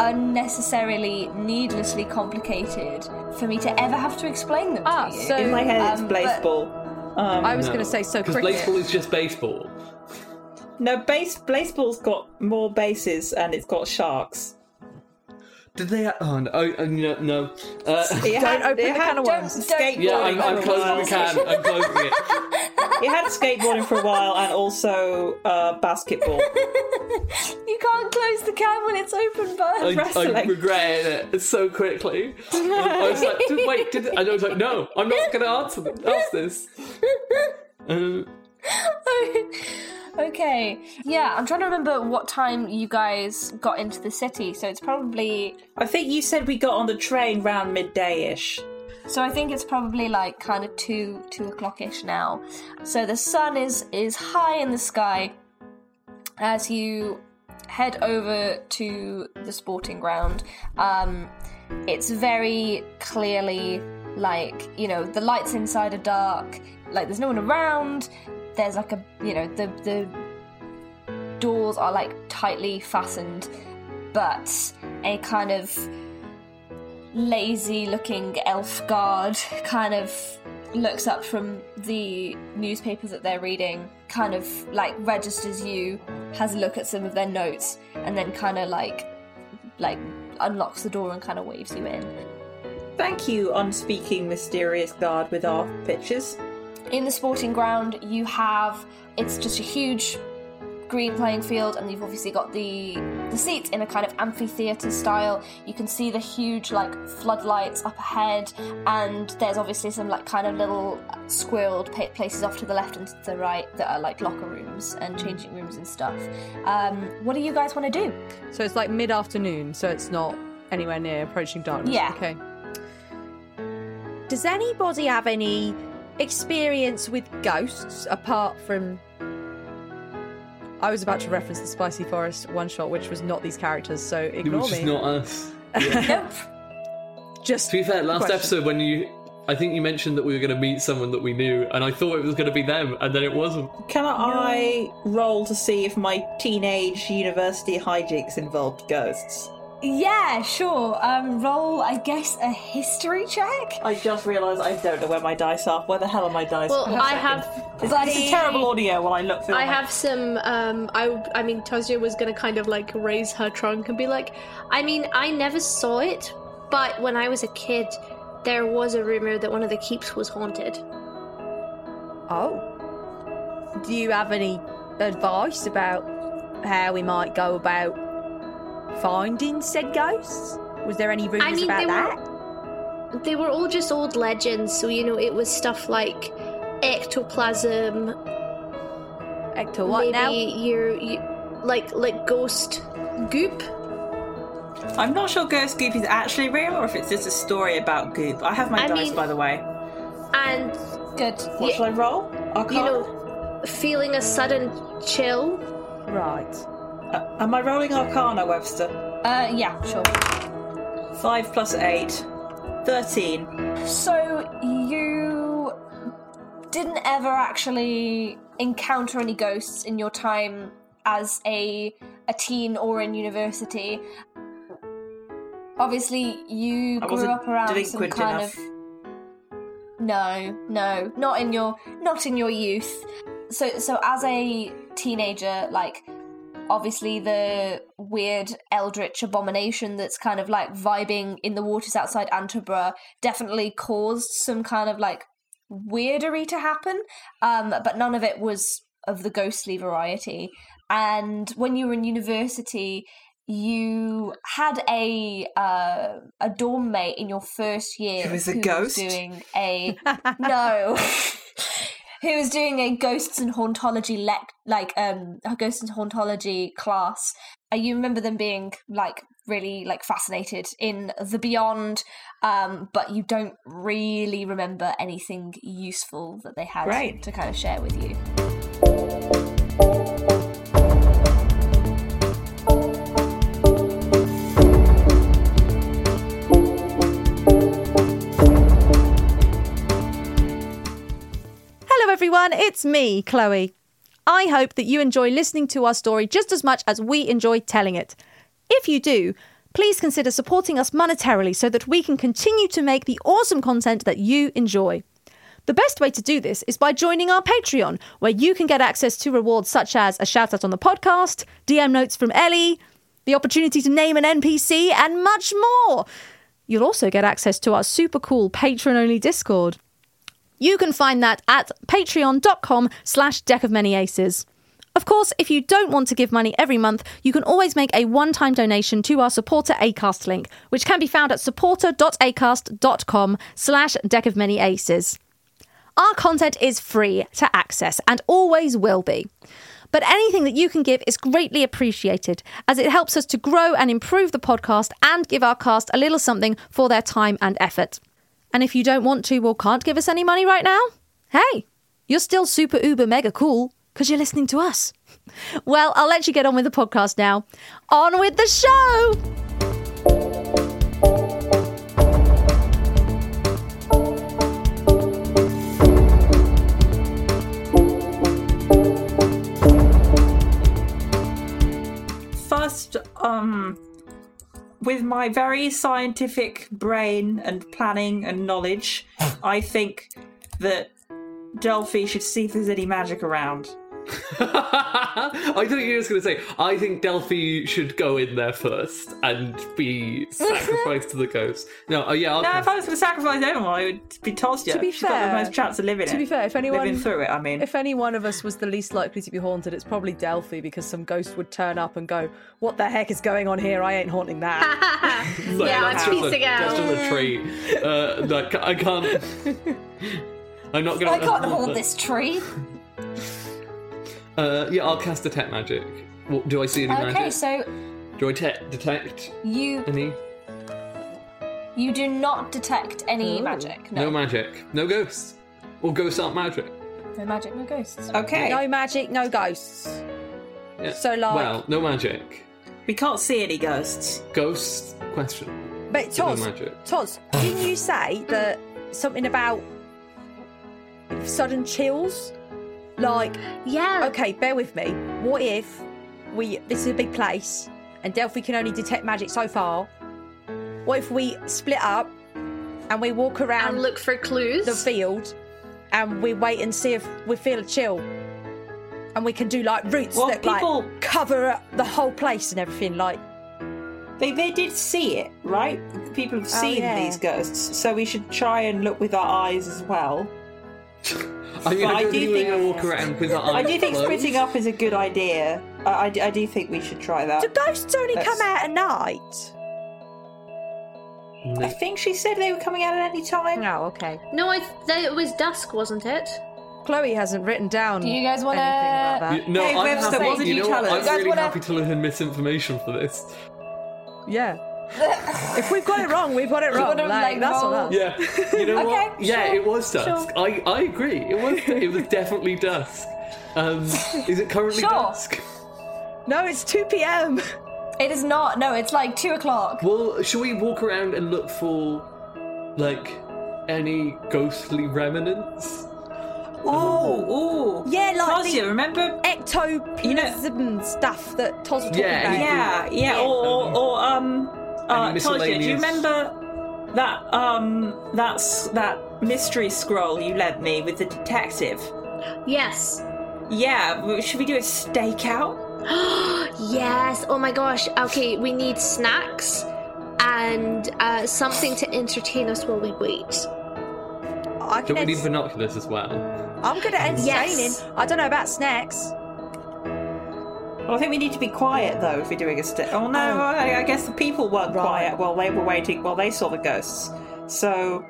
Speaker 7: unnecessarily, needlessly complicated for me to ever have to explain them
Speaker 4: Ah,
Speaker 7: to you.
Speaker 4: so
Speaker 10: In my head, it's
Speaker 7: Um, but-
Speaker 10: baseball. Um,
Speaker 4: I was going to say so
Speaker 2: Because
Speaker 4: cricket.
Speaker 2: baseball is just baseball.
Speaker 10: No, base baseball's got more bases and it's got sharks.
Speaker 2: Did they? Oh no! Oh, oh, no, no. Uh,
Speaker 10: It
Speaker 4: Don't open the can of
Speaker 7: don't-
Speaker 4: worms.
Speaker 7: don't-
Speaker 2: yeah, I'm,
Speaker 10: skateboarding
Speaker 2: I'm
Speaker 10: for a
Speaker 2: closing
Speaker 10: while.
Speaker 2: the can. I'm closing it.
Speaker 10: It had skateboarding for a while and also uh, basketball.
Speaker 7: You can't close the can when it's open, but
Speaker 2: I, I
Speaker 10: Wrestling.
Speaker 2: regretted it so quickly. I was like, "Did- wait, did and I was like, no, I'm not going to answer th- ask this. Uh,
Speaker 1: okay. Yeah, I'm trying to remember what time you guys got into the city. So it's probably.
Speaker 10: I think you said we got on the train round midday ish.
Speaker 1: So I think it's probably like kind of two two o'clock ish now. So the sun is is high in the sky as you head over to the sporting ground. Um, it's very clearly like you know the lights inside are dark. Like there's no one around. There's like a you know the the doors are like tightly fastened, but a kind of lazy looking elf guard kind of looks up from the newspaper that they're reading, kind of like registers you, has a look at some of their notes, and then kind of like like unlocks the door and kind of waves you in.
Speaker 10: Thank you, unspeaking mysterious guard with our pictures.
Speaker 1: In the sporting ground, you have it's just a huge green playing field, and you've obviously got the the seats in a kind of amphitheater style. You can see the huge like floodlights up ahead, and there's obviously some like kind of little squirreled pa- places off to the left and to the right that are like locker rooms and changing rooms and stuff. Um, what do you guys want to do?
Speaker 7: So it's like mid afternoon, so it's not anywhere near approaching darkness.
Speaker 1: Yeah.
Speaker 7: Okay.
Speaker 4: Does anybody have any experience with ghosts apart from
Speaker 7: I was about to reference the Spicy Forest one shot, which was not these characters, so
Speaker 2: it
Speaker 7: ignore
Speaker 2: was just
Speaker 7: me.
Speaker 2: not us.
Speaker 7: Just
Speaker 2: to be fair, last
Speaker 7: question.
Speaker 2: episode when you, I think you mentioned that we were going to meet someone that we knew, and I thought it was going to be them, and then it wasn't.
Speaker 10: Can I roll to see if my teenage university hijinks involved ghosts?
Speaker 1: Yeah, sure. Um, roll, I guess, a history check.
Speaker 10: I just realised I don't know where my dice are. Where the hell are my dice?
Speaker 5: Well,
Speaker 10: Hang on a
Speaker 5: I
Speaker 10: second.
Speaker 5: have
Speaker 10: It's like
Speaker 5: the-
Speaker 10: it's terrible audio while I look through.
Speaker 5: I
Speaker 10: my-
Speaker 5: have some. Um, I I mean, Tozia was gonna kind of like raise her trunk and be like, I mean, I never saw it, but when I was a kid, there was a rumor that one of the keeps was haunted.
Speaker 4: Oh. Do you have any advice about how we might go about finding said ghosts? Was there any rumours
Speaker 5: I mean,
Speaker 4: about
Speaker 5: they
Speaker 4: that?
Speaker 5: were they were all just old legends, so you know, it was stuff like ectoplasm,
Speaker 4: Ecto what
Speaker 5: maybe
Speaker 4: now?
Speaker 5: your you, like like ghost goop.
Speaker 10: I'm not sure Ghost Goop is actually real or if it's just a story about Goop. I have my
Speaker 5: I
Speaker 10: dice,
Speaker 5: mean-
Speaker 10: by the way.
Speaker 5: and
Speaker 1: good.
Speaker 10: What shall I roll? Arcana?
Speaker 5: you know, feeling a sudden chill.
Speaker 4: Right.
Speaker 10: Uh, am I rolling Arcana, Webster?
Speaker 1: Uh, yeah, sure.
Speaker 10: 5 plus 8. 13.
Speaker 1: So you didn't ever actually encounter any ghosts in your time as a a teen or in university. Obviously, you
Speaker 10: I
Speaker 1: grew
Speaker 10: wasn't
Speaker 1: up around some
Speaker 10: delinquent
Speaker 1: kind
Speaker 10: enough.
Speaker 1: of no, no, not in your not in your youth. So so as a teenager, like obviously the weird eldritch abomination that's kind of like vibing in the waters outside Antebra definitely caused some kind of like weirdery to happen. Um, but none of it was of the ghostly variety. And when you were in university, you had a uh, a dorm mate in your first year
Speaker 10: Who is a ghost?
Speaker 1: doing a no. who was doing a ghosts and hauntology lec- like um a ghosts and hauntology class and you remember them being like really like fascinated in the beyond um but you don't really remember anything useful that they had
Speaker 10: Great.
Speaker 1: to kind of share with you
Speaker 4: Hello, everyone. It's me, Chloe. I hope that you enjoy listening to our story just as much as we enjoy telling it. If you do, please consider supporting us monetarily so that we can continue to make the awesome content that you enjoy. The best way to do this is by joining our Patreon, where you can get access to rewards such as a shout out on the podcast, DM notes from Ellie, the opportunity to name an NPC, and much more. You'll also get access to our super cool patron only Discord. You can find that at patreon.com slash deck of many aces. Of course, if you don't want to give money every month, you can always make a one-time donation to our supporter Acast link, which can be found at supporter.acast.com slash deck of many aces.
Speaker 11: Our content is free to access and always will be. But anything that you can give is greatly appreciated as it helps us to grow and improve the podcast and give our cast a little something for their time and effort. And if you don't want to or can't give us any money right now, hey, you're still super uber mega cool because you're listening to us. Well, I'll let you get on with the podcast now. On with the show!
Speaker 10: First, um, with my very scientific brain and planning and knowledge, I think that Delphi should see if there's any magic around.
Speaker 2: I thought you were just going to say, I think Delphi should go in there first and be sacrificed to the ghost. No, oh yeah, I'll
Speaker 10: No,
Speaker 2: cast-
Speaker 10: if I was going to sacrifice anyone, it would be Tosya.
Speaker 4: To be
Speaker 10: She's got
Speaker 4: fair-
Speaker 10: the most chance of living it.
Speaker 4: To be fair, if anyone
Speaker 10: living through it, I mean.
Speaker 4: if any one of us was the least likely to be haunted, it's probably Delphi because some ghost would turn up and go, "What the heck is going on here? I ain't haunting that."
Speaker 2: Look,
Speaker 5: Yeah,
Speaker 2: that's
Speaker 5: I'm
Speaker 2: just a-
Speaker 5: piecing out.
Speaker 2: That's just a treat. Uh, like, I can't. I'm not gonna.
Speaker 7: I can't hold this tree.
Speaker 2: Uh, yeah, I'll cast detect magic. What, do I see any
Speaker 7: Okay,
Speaker 2: magic?
Speaker 7: so
Speaker 2: Do I te- detect
Speaker 7: you
Speaker 2: any?
Speaker 7: you do not detect any magic.
Speaker 2: No.
Speaker 7: No,
Speaker 2: magic. No ghosts. Or ghosts aren't magic.
Speaker 7: no magic, no ghosts.
Speaker 10: Okay.
Speaker 4: no magic, no ghosts.
Speaker 2: Yeah.
Speaker 4: So, like-
Speaker 2: Well, no magic.
Speaker 10: We can't see any ghosts.
Speaker 2: Ghost question.
Speaker 4: But Toz,
Speaker 2: magic.
Speaker 4: Toz, didn't you say that something about sudden chills? Like,
Speaker 5: Yeah.
Speaker 4: okay, bear with me. What if we? This is a big place, and Delphi can only detect magic so far. What if we split up and we walk around
Speaker 5: And look for clues.
Speaker 4: the field and we wait and see if we feel a chill. And we can do like routes
Speaker 10: Well,
Speaker 4: that
Speaker 10: people-
Speaker 4: like cover up the whole place and everything. Like,
Speaker 10: They they did see it, right? People have seen
Speaker 4: Oh, yeah.
Speaker 10: these ghosts, so we should try and look with our eyes as well.
Speaker 2: I mean,
Speaker 10: But
Speaker 2: I
Speaker 10: I
Speaker 2: don't
Speaker 10: do
Speaker 2: think we're
Speaker 10: think-
Speaker 2: gonna walk around with our eyes
Speaker 10: I do think
Speaker 2: closed.
Speaker 10: splitting up is a good idea. I, I do- I do think we should try
Speaker 2: Uh,
Speaker 10: that.
Speaker 4: do ghosts only
Speaker 10: that's-
Speaker 4: come out at night?
Speaker 10: I
Speaker 2: No.
Speaker 10: think she said they were coming out at any time.
Speaker 4: No, okay.
Speaker 5: No, I, th- it was dusk, wasn't it?
Speaker 4: Chloe hasn't written down.
Speaker 7: Do you guys wanna-
Speaker 4: anything about that.
Speaker 2: You- no,
Speaker 10: Hey,
Speaker 2: I'm
Speaker 10: Webster,
Speaker 2: happy.
Speaker 10: what did
Speaker 2: you
Speaker 10: you
Speaker 2: know
Speaker 10: tell
Speaker 2: what?
Speaker 10: us?
Speaker 2: I'm
Speaker 10: You guys
Speaker 2: really
Speaker 7: wanna-
Speaker 2: happy to learn misinformation for this.
Speaker 4: Yeah. if we've got it wrong, we've got it wrong.
Speaker 7: wanna,
Speaker 4: Like,
Speaker 7: like,
Speaker 4: that's on
Speaker 7: roll-
Speaker 4: us.
Speaker 2: Yeah, you know what?
Speaker 7: Okay,
Speaker 2: Yeah,
Speaker 7: sure,
Speaker 2: it was dusk. I, I agree. It was it was definitely dusk. Um, is it currently
Speaker 7: Sure.
Speaker 2: dusk?
Speaker 4: No, it's 2 p.m.
Speaker 7: It is not. No, it's like two o'clock.
Speaker 2: Well, should we walk around and look for like any ghostly remnants?
Speaker 10: Oh, oh.
Speaker 4: Yeah, like
Speaker 10: Tasia, remember?
Speaker 4: Ectoplasm
Speaker 10: You know-
Speaker 4: stuff that Toz was talking
Speaker 2: Yeah,
Speaker 4: about.
Speaker 2: you-
Speaker 10: Yeah, yeah. Or, or, or um, uh,
Speaker 2: Any
Speaker 10: Tasia, do you
Speaker 2: miscellaneous-
Speaker 10: remember that um, that's that mystery scroll you lent me with the detective?
Speaker 5: Yes.
Speaker 10: Yeah, w- should we do a stakeout?
Speaker 5: yes. Oh my gosh. Okay, we need snacks and uh, something to entertain us while we wait.
Speaker 4: I
Speaker 2: Don't
Speaker 4: can
Speaker 2: we
Speaker 4: ent-
Speaker 2: need binoculars as well?
Speaker 4: I'm good at entertaining.
Speaker 5: Yes.
Speaker 4: I don't know about snacks.
Speaker 10: Well, I think we need to be quiet though if we're doing a stake. Oh no, I, I guess the people weren't
Speaker 4: Right.
Speaker 10: quiet while they were waiting while they saw the ghosts. So.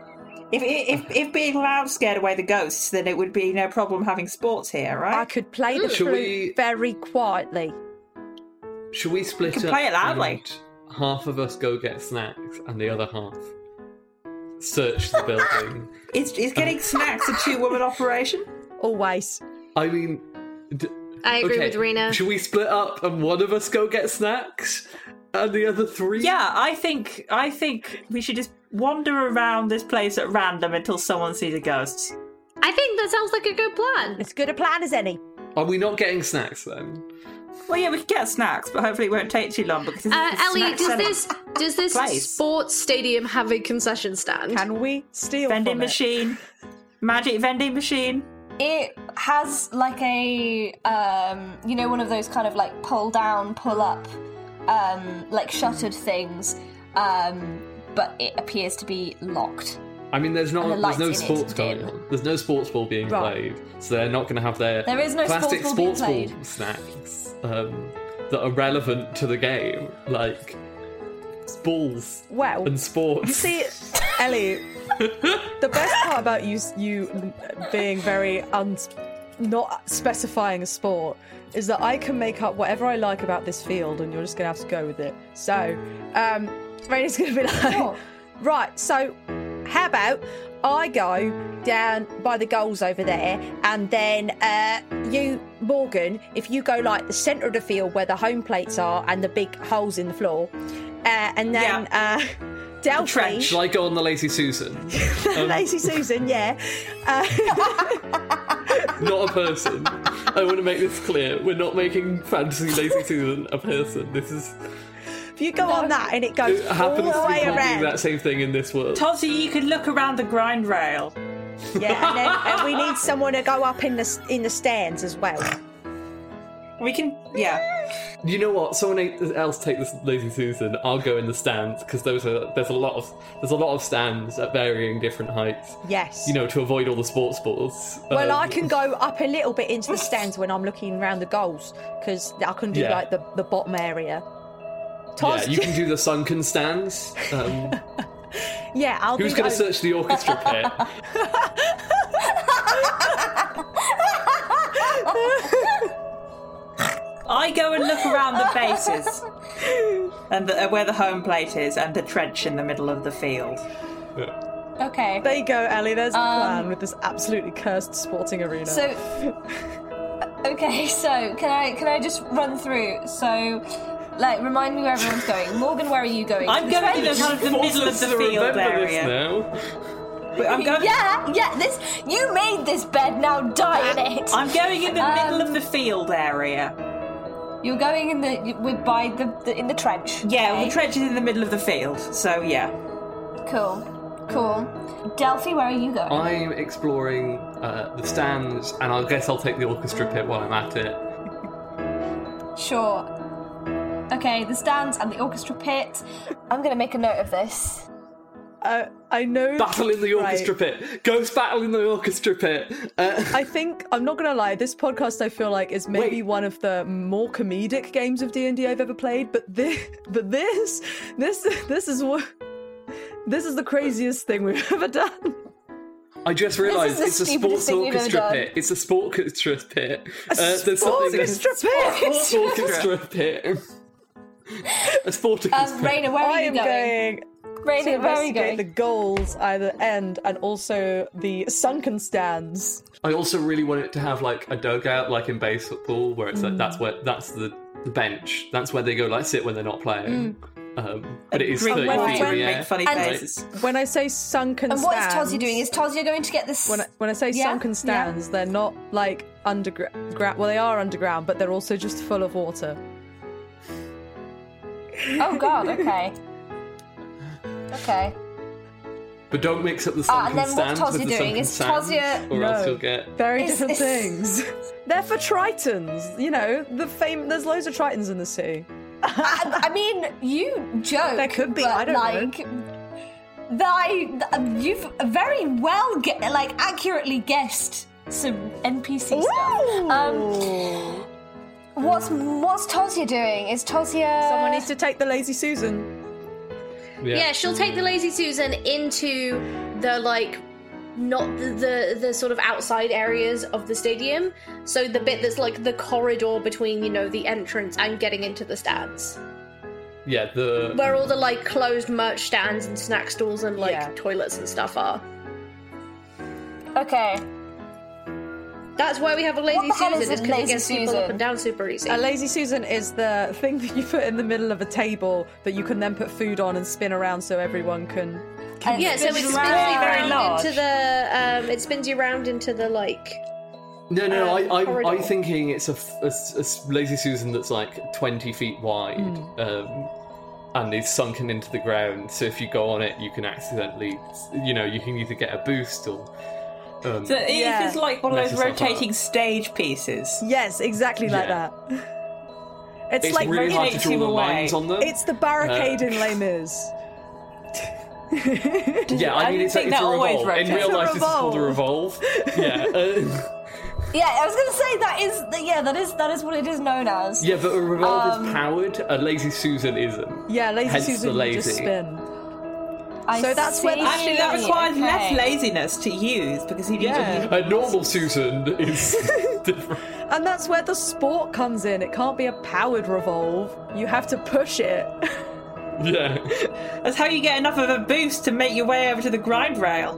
Speaker 10: If, if, if being loud scared away the ghosts, then it would be no problem having sports here, right?
Speaker 4: I could play the
Speaker 2: Hmm. Shall
Speaker 4: flute
Speaker 2: we-
Speaker 4: very quietly.
Speaker 2: Should we split
Speaker 10: can
Speaker 2: up?
Speaker 10: play it loudly.
Speaker 2: and Half of us go get snacks, and the other half search the building.
Speaker 10: Is, is getting snacks a two woman operation?
Speaker 4: Always.
Speaker 2: I mean, d-
Speaker 5: I agree
Speaker 2: okay,
Speaker 5: with Rena.
Speaker 2: Should we split up and one of us go get snacks, and the other three?
Speaker 10: Yeah, I think I think we should just wander around this place at random until someone sees a ghost.
Speaker 5: I think that sounds like a good plan.
Speaker 4: As good a plan as any.
Speaker 2: Are we not getting snacks then?
Speaker 10: Well, yeah, we can get snacks, but hopefully it won't take too long because this
Speaker 5: Uh,
Speaker 10: is a
Speaker 5: Ellie,
Speaker 10: snack
Speaker 5: does
Speaker 10: selling
Speaker 5: this does this
Speaker 10: Place.
Speaker 5: sports stadium have a concession stand?
Speaker 4: Can we steal
Speaker 10: vending
Speaker 4: from it?
Speaker 10: machine, magic vending machine?
Speaker 7: It has like a um, you know, one of those kind of like pull down, pull up, um, like shuttered things. Um, but it appears to be locked.
Speaker 2: I mean, there's not
Speaker 7: And the
Speaker 2: there's no
Speaker 7: lights in it
Speaker 2: sports
Speaker 7: is
Speaker 2: going
Speaker 7: dim.
Speaker 2: on. There's no sports ball being
Speaker 4: Right.
Speaker 2: played, so they're not going to have their
Speaker 7: There is no
Speaker 2: plastic
Speaker 7: sports ball being
Speaker 2: ball snacks um, that are relevant to the game. Like balls
Speaker 4: Well,
Speaker 2: and sports.
Speaker 4: You see, Ellie, the best part about you you being very un, not specifying a sport is that I can make up whatever I like about this field, and you're just gonna have to go with it. So, um, Raina's gonna be like, right. So, how about I go down by the goals over there, and then uh, you, Morgan, if you go like the centre of the field where the home plates are and the big holes in the floor, uh, and then uh, Delphi,
Speaker 2: Shall I go on the Lady Susan? Um,
Speaker 4: Lacey Susan, yeah. Uh,
Speaker 2: Not a person. I want to make this clear. We're not making fantasy Lazy Susan a person. This is
Speaker 4: if you go on that and it goes
Speaker 2: it
Speaker 4: all
Speaker 2: happens
Speaker 4: the
Speaker 2: to be
Speaker 4: way
Speaker 2: people
Speaker 4: around,
Speaker 2: doing that same thing in this world.
Speaker 10: Tozzy, you could look around the grind rail.
Speaker 4: yeah, and then and we need someone to go up in the in the stands as well.
Speaker 10: We can, yeah.
Speaker 2: You know what? Someone else take this Lazy Susan. I'll go in the stands because those are there's a lot of there's a lot of stands at varying different heights.
Speaker 4: Yes.
Speaker 2: You know to avoid all the sports balls.
Speaker 4: Well,
Speaker 2: Um,
Speaker 4: I can go up a little bit into the stands when I'm looking around the goals because I can do
Speaker 2: Yeah.
Speaker 4: like the, the bottom area.
Speaker 2: Yeah, you can do the sunken stands. Um,
Speaker 4: Yeah, I'll
Speaker 2: who's
Speaker 4: do
Speaker 2: going to
Speaker 4: those.
Speaker 2: search the orchestra pit?
Speaker 10: I go and look around the bases and the, uh, where the home plate is and the trench in the middle of the field.
Speaker 7: Okay.
Speaker 4: There you go, Ellie. There's the
Speaker 7: Um,
Speaker 4: plan with this absolutely cursed sporting arena.
Speaker 7: So, okay, so can I can I just run through? So, like, remind me where everyone's going. Morgan, where are you going?
Speaker 10: I'm
Speaker 7: To the
Speaker 10: going to the
Speaker 7: trench?
Speaker 10: kind of the middle of
Speaker 2: Forces
Speaker 10: the
Speaker 2: to
Speaker 10: field
Speaker 2: remember this
Speaker 10: area.
Speaker 2: now.
Speaker 10: But I'm going.
Speaker 7: Yeah, yeah. This you made this bed. Now die in it.
Speaker 10: I'm going in the
Speaker 7: Um,
Speaker 10: middle of the field area.
Speaker 7: You're going in the with by the, the in the trench.
Speaker 10: Yeah, well,
Speaker 7: okay?
Speaker 10: the trench is in the middle of the field, so yeah.
Speaker 7: Cool, cool. Delphi, where are you going?
Speaker 2: I'm exploring uh, the stands, and I guess I'll take the orchestra pit while I'm at it.
Speaker 10: Uh.
Speaker 7: Sure. Okay, the stands and the orchestra pit. I'm gonna make a note of this.
Speaker 4: uh, I know.
Speaker 2: Battle in the
Speaker 4: Right.
Speaker 2: orchestra pit. Ghost battle in the orchestra pit. Uh,
Speaker 4: I think I'm not gonna lie. This podcast I feel like is maybe
Speaker 2: Wait.
Speaker 4: one of the more comedic games of D and D I've ever played. But this, but this, this, this is what this is the craziest thing we've ever done.
Speaker 2: I just realised
Speaker 7: the
Speaker 2: it's a sports
Speaker 7: stupidest thing we've ever
Speaker 2: orchestra
Speaker 7: done.
Speaker 2: pit. It's a sport orchestra pit. Uh,
Speaker 4: A sports orchestra pit.
Speaker 2: Sports orchestra pit. A sport orchestra.
Speaker 7: Um, Raina, where are
Speaker 4: I
Speaker 7: you
Speaker 4: am going
Speaker 7: Raina,
Speaker 4: to
Speaker 7: where are you
Speaker 4: investigate
Speaker 7: going?
Speaker 4: the goals either end and also the sunken stands.
Speaker 2: I also really want it to have like a dugout, like in baseball, where
Speaker 7: Mm.
Speaker 2: it's like that's where that's the, the bench. That's where they go like sit when they're not playing.
Speaker 7: Mm.
Speaker 2: Um, but it is
Speaker 10: Green
Speaker 2: thirty
Speaker 4: wall.
Speaker 2: feet in the
Speaker 4: When-
Speaker 2: air.
Speaker 10: Make funny
Speaker 7: And-
Speaker 10: faces.
Speaker 4: When I say sunken
Speaker 7: And what is
Speaker 4: stands,
Speaker 7: Tozzy doing? Is Tozzy going to get this?
Speaker 4: when I, when I say
Speaker 7: Yeah,
Speaker 4: sunken
Speaker 7: yeah.
Speaker 4: stands, they're not like underground. Well, they are underground, but they're also just full of water.
Speaker 7: Oh God. Okay. okay.
Speaker 2: But don't mix up the
Speaker 7: Ah,
Speaker 2: sunken
Speaker 7: and then what
Speaker 2: stands
Speaker 7: Tozzy
Speaker 2: with the
Speaker 7: doing
Speaker 2: sunken
Speaker 7: is
Speaker 2: stands,
Speaker 7: Tozzy- uh,
Speaker 2: or
Speaker 4: No.
Speaker 2: else you'll get.
Speaker 4: Very
Speaker 7: It's-
Speaker 4: different
Speaker 7: it's-
Speaker 4: things. They're for tritons, you know. The fame. There's loads of tritons in the sea.
Speaker 7: I, I mean, you joke.
Speaker 4: There could be,
Speaker 7: but,
Speaker 4: I don't know.
Speaker 7: like, I, you've very well, ge- like, accurately guessed some NPC stuff. Um, what's what's Tosia doing? Is Tosia
Speaker 4: Someone needs to take the lazy Susan.
Speaker 2: Yeah.
Speaker 8: Yeah, she'll take the lazy Susan into the like not the, the the sort of outside areas of the stadium. So the bit that's like the corridor between, you know, the entrance and getting into the stands.
Speaker 2: Yeah, the
Speaker 8: Where all the like closed merch stands and snack stalls and like
Speaker 4: Yeah.
Speaker 8: toilets and stuff are.
Speaker 7: okay?
Speaker 8: That's why we have a
Speaker 7: What
Speaker 8: lazy
Speaker 7: the hell
Speaker 8: Susan
Speaker 7: is
Speaker 8: is
Speaker 7: a
Speaker 8: because it
Speaker 7: lazy
Speaker 8: gets people
Speaker 7: Susan?
Speaker 8: up and down super easy.
Speaker 4: A lazy Susan is the thing that you put in the middle of a table that you can then put food on and spin around so everyone can.
Speaker 7: And
Speaker 8: yeah, so it spins you
Speaker 7: round,
Speaker 8: around
Speaker 10: large.
Speaker 8: into the um it spins you round into the like
Speaker 2: no, no,
Speaker 8: um,
Speaker 2: no. I, I'm, I'm
Speaker 8: corridor.
Speaker 2: thinking it's a, f- a s- a s- lazy Susan that's like twenty feet wide,
Speaker 4: Hmm.
Speaker 2: um, and is sunken into the ground. So if you go on it, you can accidentally, you know, you can either get a boost or. Um,
Speaker 10: So it
Speaker 4: Yeah.
Speaker 10: is like one of
Speaker 2: Mess
Speaker 10: those
Speaker 2: yourself up.
Speaker 10: rotating stage pieces.
Speaker 4: Yes, exactly like
Speaker 2: Yeah.
Speaker 4: that. It's,
Speaker 2: it's
Speaker 4: like
Speaker 2: really hard to
Speaker 10: takes
Speaker 2: draw
Speaker 10: you
Speaker 2: the
Speaker 10: away.
Speaker 2: lines on them.
Speaker 4: it's the barricade
Speaker 2: Uh,
Speaker 4: in Les Mis.
Speaker 2: yeah, I mean,
Speaker 10: I
Speaker 2: it's, a-
Speaker 10: think
Speaker 2: it's a
Speaker 10: that always
Speaker 2: revolve. In
Speaker 10: rotates.
Speaker 2: real
Speaker 4: It's a
Speaker 2: life, this is called a revolve. yeah. uh,
Speaker 7: Yeah, I was going to say that is that- yeah that is that is what it is known as.
Speaker 2: Yeah, but a revolver's
Speaker 7: Um,
Speaker 2: powered. A lazy Susan isn't.
Speaker 4: Yeah, lazy
Speaker 2: Hence
Speaker 4: Susan,
Speaker 2: the
Speaker 4: you
Speaker 2: lazy.
Speaker 4: just spin.
Speaker 7: I
Speaker 4: so that's where
Speaker 7: see.
Speaker 4: the-
Speaker 10: Actually, that requires
Speaker 7: Okay.
Speaker 10: less laziness to use because he needs
Speaker 4: Yeah.
Speaker 2: A normal Susan is different.
Speaker 4: And that's where the sport comes in. It can't be a powered revolve. You have to push it.
Speaker 2: Yeah.
Speaker 10: That's how you get enough of a boost to make your way over to the grind rail.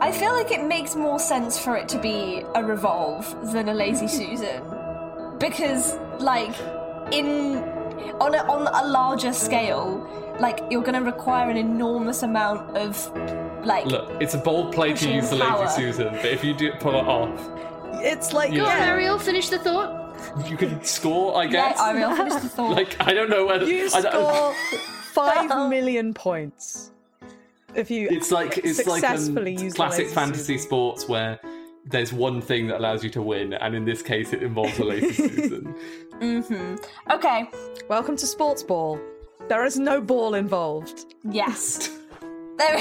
Speaker 7: I feel like it makes more sense for it to be a revolve than a lazy Susan, because like in on a, on a larger scale, like you're going to require an enormous amount of like
Speaker 2: Look, it's a bold play to
Speaker 7: Pushing
Speaker 2: use the
Speaker 7: power.
Speaker 2: lazy Susan, but if you do pull it off,
Speaker 4: It's like
Speaker 2: Yeah.
Speaker 5: Go on,
Speaker 4: yeah.
Speaker 5: Ariel, finish the thought.
Speaker 2: you can score. I
Speaker 7: yeah,
Speaker 2: guess.
Speaker 7: I will finish the thought.
Speaker 2: Like I don't know whether
Speaker 4: You
Speaker 2: I don't,
Speaker 4: score five million points if you.
Speaker 2: it's like it's like
Speaker 4: Successfully
Speaker 2: um,
Speaker 4: use the
Speaker 2: classic
Speaker 4: lazy
Speaker 2: fantasy sports where there's one thing that allows you to win, and in this case, it involves a lazy Susan.
Speaker 7: okay,
Speaker 4: Welcome to sports ball. There is no ball involved.
Speaker 7: yes, there.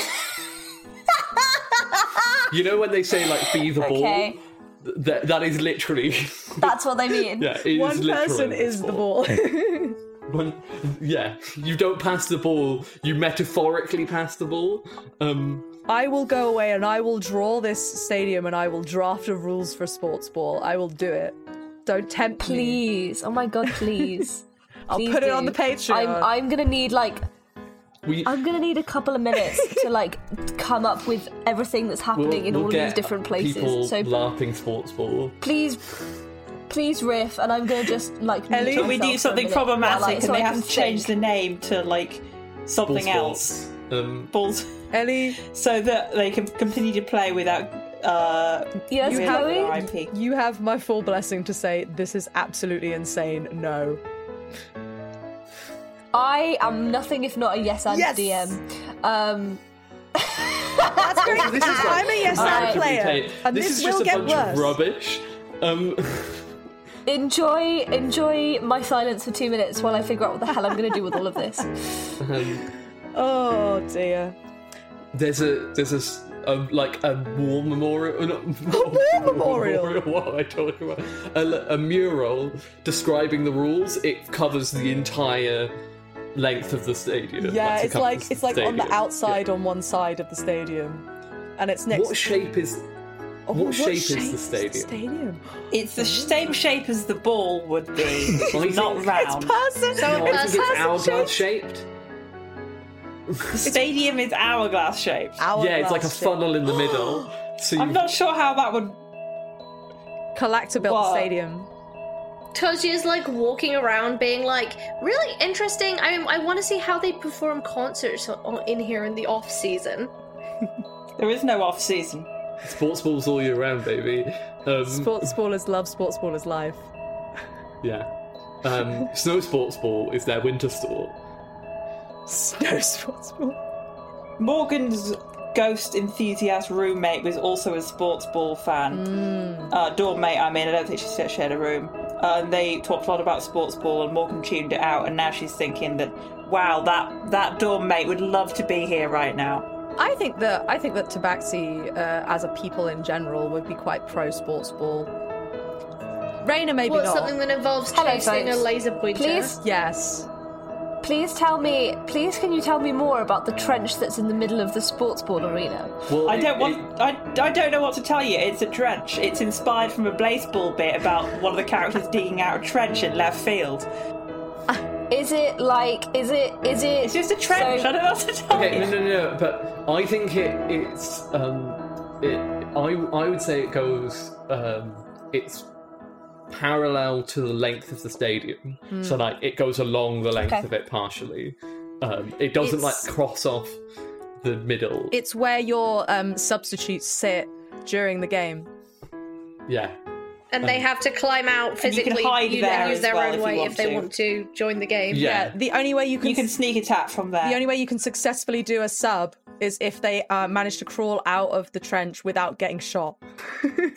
Speaker 2: You know when they say like be the
Speaker 7: Okay,
Speaker 2: ball, Th- that that is literally
Speaker 7: that's what they mean.
Speaker 2: yeah. it is
Speaker 4: One
Speaker 2: literally
Speaker 4: person is the
Speaker 2: sport.
Speaker 4: ball.
Speaker 2: One, yeah, you don't pass the ball. You metaphorically pass the ball. Um,
Speaker 4: I will go away and I will draw this stadium and I will draft a rules for sports ball. I will do it. Don't tempt me.
Speaker 7: Please, oh my god, please.
Speaker 4: I'll
Speaker 7: Please
Speaker 4: put it on
Speaker 7: do.
Speaker 4: the Patreon.
Speaker 7: I'm I'm gonna need like
Speaker 2: we
Speaker 7: I'm gonna need a couple of minutes to like come up with everything that's happening
Speaker 2: we'll,
Speaker 7: in
Speaker 2: we'll
Speaker 7: all of
Speaker 2: get
Speaker 7: these different
Speaker 2: People
Speaker 7: places. So
Speaker 2: larping sports ball.
Speaker 7: please, please riff, and I'm gonna just like. mute
Speaker 10: Until we
Speaker 7: myself for
Speaker 10: do
Speaker 7: a
Speaker 10: something
Speaker 7: minute while
Speaker 10: problematic
Speaker 7: I- so
Speaker 10: and they
Speaker 7: I
Speaker 10: have
Speaker 7: can
Speaker 10: to change the
Speaker 7: think.
Speaker 10: name to like
Speaker 2: Ball
Speaker 10: something else.
Speaker 2: sports. Um,
Speaker 10: Balls.
Speaker 4: Ellie,
Speaker 10: So that they can continue to play without uh
Speaker 7: Yes,
Speaker 10: doing
Speaker 4: have-
Speaker 7: Chloe?
Speaker 10: RIP.
Speaker 4: you have my full blessing to say this is absolutely insane. No.
Speaker 7: I am nothing if not a yes and
Speaker 4: Yes!
Speaker 7: DM. Um,
Speaker 4: That's great. I'm a yes
Speaker 7: Alright.
Speaker 4: and player.
Speaker 2: Tape.
Speaker 4: And
Speaker 2: this,
Speaker 4: this,
Speaker 2: is
Speaker 4: will
Speaker 2: just
Speaker 4: get
Speaker 2: a bunch
Speaker 4: worse.
Speaker 2: of rubbish. Um,
Speaker 7: enjoy, enjoy my silence for two minutes while I figure out what the hell I'm gonna do with all of this.
Speaker 2: um,
Speaker 4: Oh dear.
Speaker 2: there's a there's a, s- a- like a war memorial. uh, Not, a
Speaker 4: war memorial?
Speaker 2: What am I talking about? A, a mural describing the rules. It covers the entire length of the stadium.
Speaker 4: Yeah,
Speaker 2: it
Speaker 4: it's like
Speaker 2: covers
Speaker 4: it's like on the
Speaker 2: stadium.
Speaker 4: outside on one side of the stadium. And it's
Speaker 2: Yeah.
Speaker 4: next
Speaker 2: What shape is?
Speaker 4: Oh,
Speaker 2: what shape is the
Speaker 4: The
Speaker 2: stadium?
Speaker 4: stadium.
Speaker 10: It's the same shape as the ball would be,
Speaker 2: I
Speaker 10: not
Speaker 2: think-
Speaker 10: round.
Speaker 4: Person.
Speaker 2: I think it's
Speaker 5: Person
Speaker 2: hourglass shaped.
Speaker 10: The stadium is hourglass shaped.
Speaker 2: Yeah, it's like a funnel in the middle. So
Speaker 10: I'm
Speaker 2: you
Speaker 10: not sure how that would.
Speaker 4: Collector built
Speaker 10: What?
Speaker 4: stadium.
Speaker 5: Tozia's like walking around being like, really interesting. I, I want to see how they perform concerts o- in here in the off season.
Speaker 10: There is no off season.
Speaker 2: sports balls all year round, baby. Um,
Speaker 4: Sports ball is love, sports ball is life.
Speaker 2: Yeah. Um, snow sports ball is their winter sport.
Speaker 4: Snow sports ball.
Speaker 10: Morgan's ghost enthusiast roommate was also a sports ball fan. Uh, dorm mate, I mean, I don't think she sa- shared a room. Uh, and they talked a lot about sports ball, and Morgan tuned it out, and now she's thinking that, wow, that that dorm mate would love to be here right now.
Speaker 4: I think that I think that Tabaxi, uh, as a people in general, would be quite pro sports ball. Raina maybe
Speaker 5: What's
Speaker 4: not.
Speaker 5: something that involves
Speaker 7: Hello,
Speaker 5: chasing a
Speaker 7: folks.
Speaker 5: laser pointer?
Speaker 7: Please,
Speaker 4: Yes.
Speaker 7: please tell me. Please, can you tell me more about the trench that's in the middle of the sports ball arena?
Speaker 2: Well,
Speaker 10: I
Speaker 2: it-
Speaker 10: don't
Speaker 2: it-
Speaker 10: want. I, I don't know what to tell you. It's a trench. It's inspired from a baseball bit about one of the characters digging out a trench in left field.
Speaker 7: Is it like? Is it? Is it?
Speaker 10: It's just a trench.
Speaker 7: So-
Speaker 10: I don't know what to tell
Speaker 2: okay,
Speaker 10: you.
Speaker 2: no, no, no. But I think it, it's. Um, it, I, I would say it goes. Um, it's parallel to the length of the stadium, so like it goes along the length
Speaker 7: Okay.
Speaker 2: of it partially. Um, it doesn't
Speaker 4: It's-
Speaker 2: like cross off the middle.
Speaker 4: It's where your um, substitutes sit during the game.
Speaker 2: yeah,
Speaker 5: and they have to climb out
Speaker 10: And you can
Speaker 5: physically
Speaker 10: hide
Speaker 5: you-
Speaker 10: there
Speaker 5: and use
Speaker 10: as
Speaker 5: their
Speaker 10: well if
Speaker 5: own
Speaker 10: you
Speaker 5: weight
Speaker 10: want
Speaker 5: if they
Speaker 10: to.
Speaker 5: want to join the game.
Speaker 2: yeah,
Speaker 4: The only way you can,
Speaker 10: You can sneak attack from there.
Speaker 4: the only way you can successfully do a sub is if they uh, manage to crawl out of the trench without getting shot.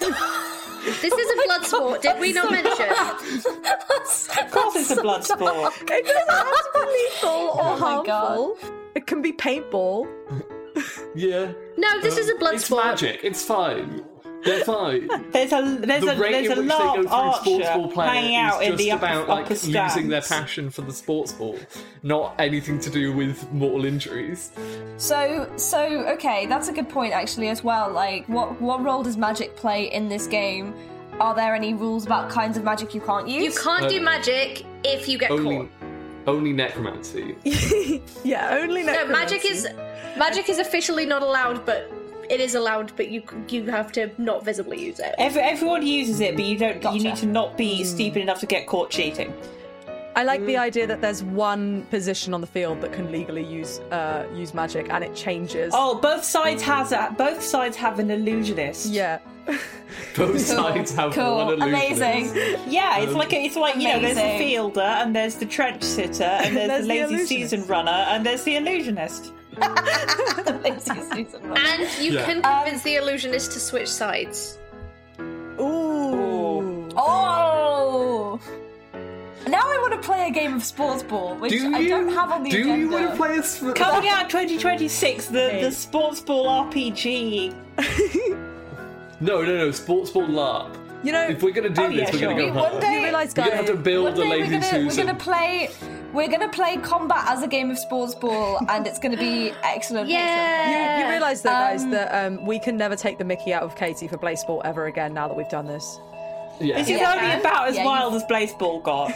Speaker 5: This is a blood sport, did we not mention?
Speaker 10: Of course, it's a blood sport.
Speaker 4: It doesn't have to be lethal
Speaker 5: Oh
Speaker 4: or
Speaker 7: my
Speaker 4: harmful. It can be paintball.
Speaker 2: yeah.
Speaker 5: No, this is a blood
Speaker 2: it's
Speaker 5: sport.
Speaker 2: magic. It's fine. They're fine.
Speaker 10: There's a there's
Speaker 2: the
Speaker 10: a
Speaker 2: rate
Speaker 10: there's
Speaker 2: in
Speaker 10: a
Speaker 2: which they go
Speaker 10: larp
Speaker 2: through sports ball
Speaker 10: archer
Speaker 2: player
Speaker 10: hanging
Speaker 2: is
Speaker 10: out in
Speaker 2: just
Speaker 10: the upper,
Speaker 2: about like
Speaker 10: upper stands.
Speaker 2: losing their passion for the sports ball, not anything to do with mortal injuries.
Speaker 7: So, so okay, that's a good point actually as well. Like, what what role does magic play in this game? Are there any rules about kinds of magic you can't
Speaker 5: You
Speaker 7: use?
Speaker 5: can't do
Speaker 2: Uh,
Speaker 5: magic if you get
Speaker 2: Only,
Speaker 5: caught.
Speaker 2: only necromancy.
Speaker 11: Yeah, only
Speaker 5: No, magic is magic is officially not allowed, but it is allowed. But you you have to not visibly use it.
Speaker 10: Every, everyone uses it, but you don't. You need to not be
Speaker 2: Hmm.
Speaker 10: stupid enough to get caught cheating.
Speaker 4: I like
Speaker 5: Mm.
Speaker 4: the idea that there's one position on the field that can legally use uh, use magic, and it changes.
Speaker 10: Oh, both sides has a, both sides have an illusionist.
Speaker 4: yeah.
Speaker 2: Both sides have one illusion.
Speaker 10: Yeah, it's
Speaker 2: Um,
Speaker 10: like a, it's like you know, there's
Speaker 7: Amazing.
Speaker 10: the fielder and there's the trench sitter and there's,
Speaker 4: There's the
Speaker 10: the lazy
Speaker 4: illusionist.
Speaker 10: season runner and there's the illusionist.
Speaker 5: And you
Speaker 10: Yeah.
Speaker 5: can convince the illusionist to switch sides.
Speaker 4: Ooh.
Speaker 7: Oh! Now I want to play a game of sports ball, which
Speaker 2: Do
Speaker 7: I
Speaker 2: you-
Speaker 7: don't have on the
Speaker 2: do you
Speaker 7: agenda.
Speaker 2: wanna play a sp-
Speaker 10: Coming out 2026, the, the sports ball RPG.
Speaker 2: No, no, no. Sports ball larp.
Speaker 4: You know,
Speaker 2: if we're gonna do
Speaker 10: Oh,
Speaker 2: this,
Speaker 10: yeah,
Speaker 2: we're
Speaker 10: sure.
Speaker 2: gonna go
Speaker 7: One
Speaker 2: hard.
Speaker 7: day- You
Speaker 4: realise,
Speaker 2: we're gonna have to
Speaker 4: guys,
Speaker 2: build
Speaker 7: One
Speaker 2: the
Speaker 7: day
Speaker 2: lazy
Speaker 7: we're gonna, we're
Speaker 2: Susan.
Speaker 7: gonna play we're gonna play combat as a game of sports ball, and it's gonna be excellent.
Speaker 4: You,
Speaker 5: Yeah.
Speaker 4: you realise though, guys,
Speaker 7: Um,
Speaker 4: that um, we can never take the Mickey out of Katie for play sport ever again. Now that we've done this,
Speaker 2: Yeah.
Speaker 10: This is
Speaker 7: Yeah.
Speaker 10: only about as
Speaker 7: Yeah, you-
Speaker 10: wild as Blazeball got.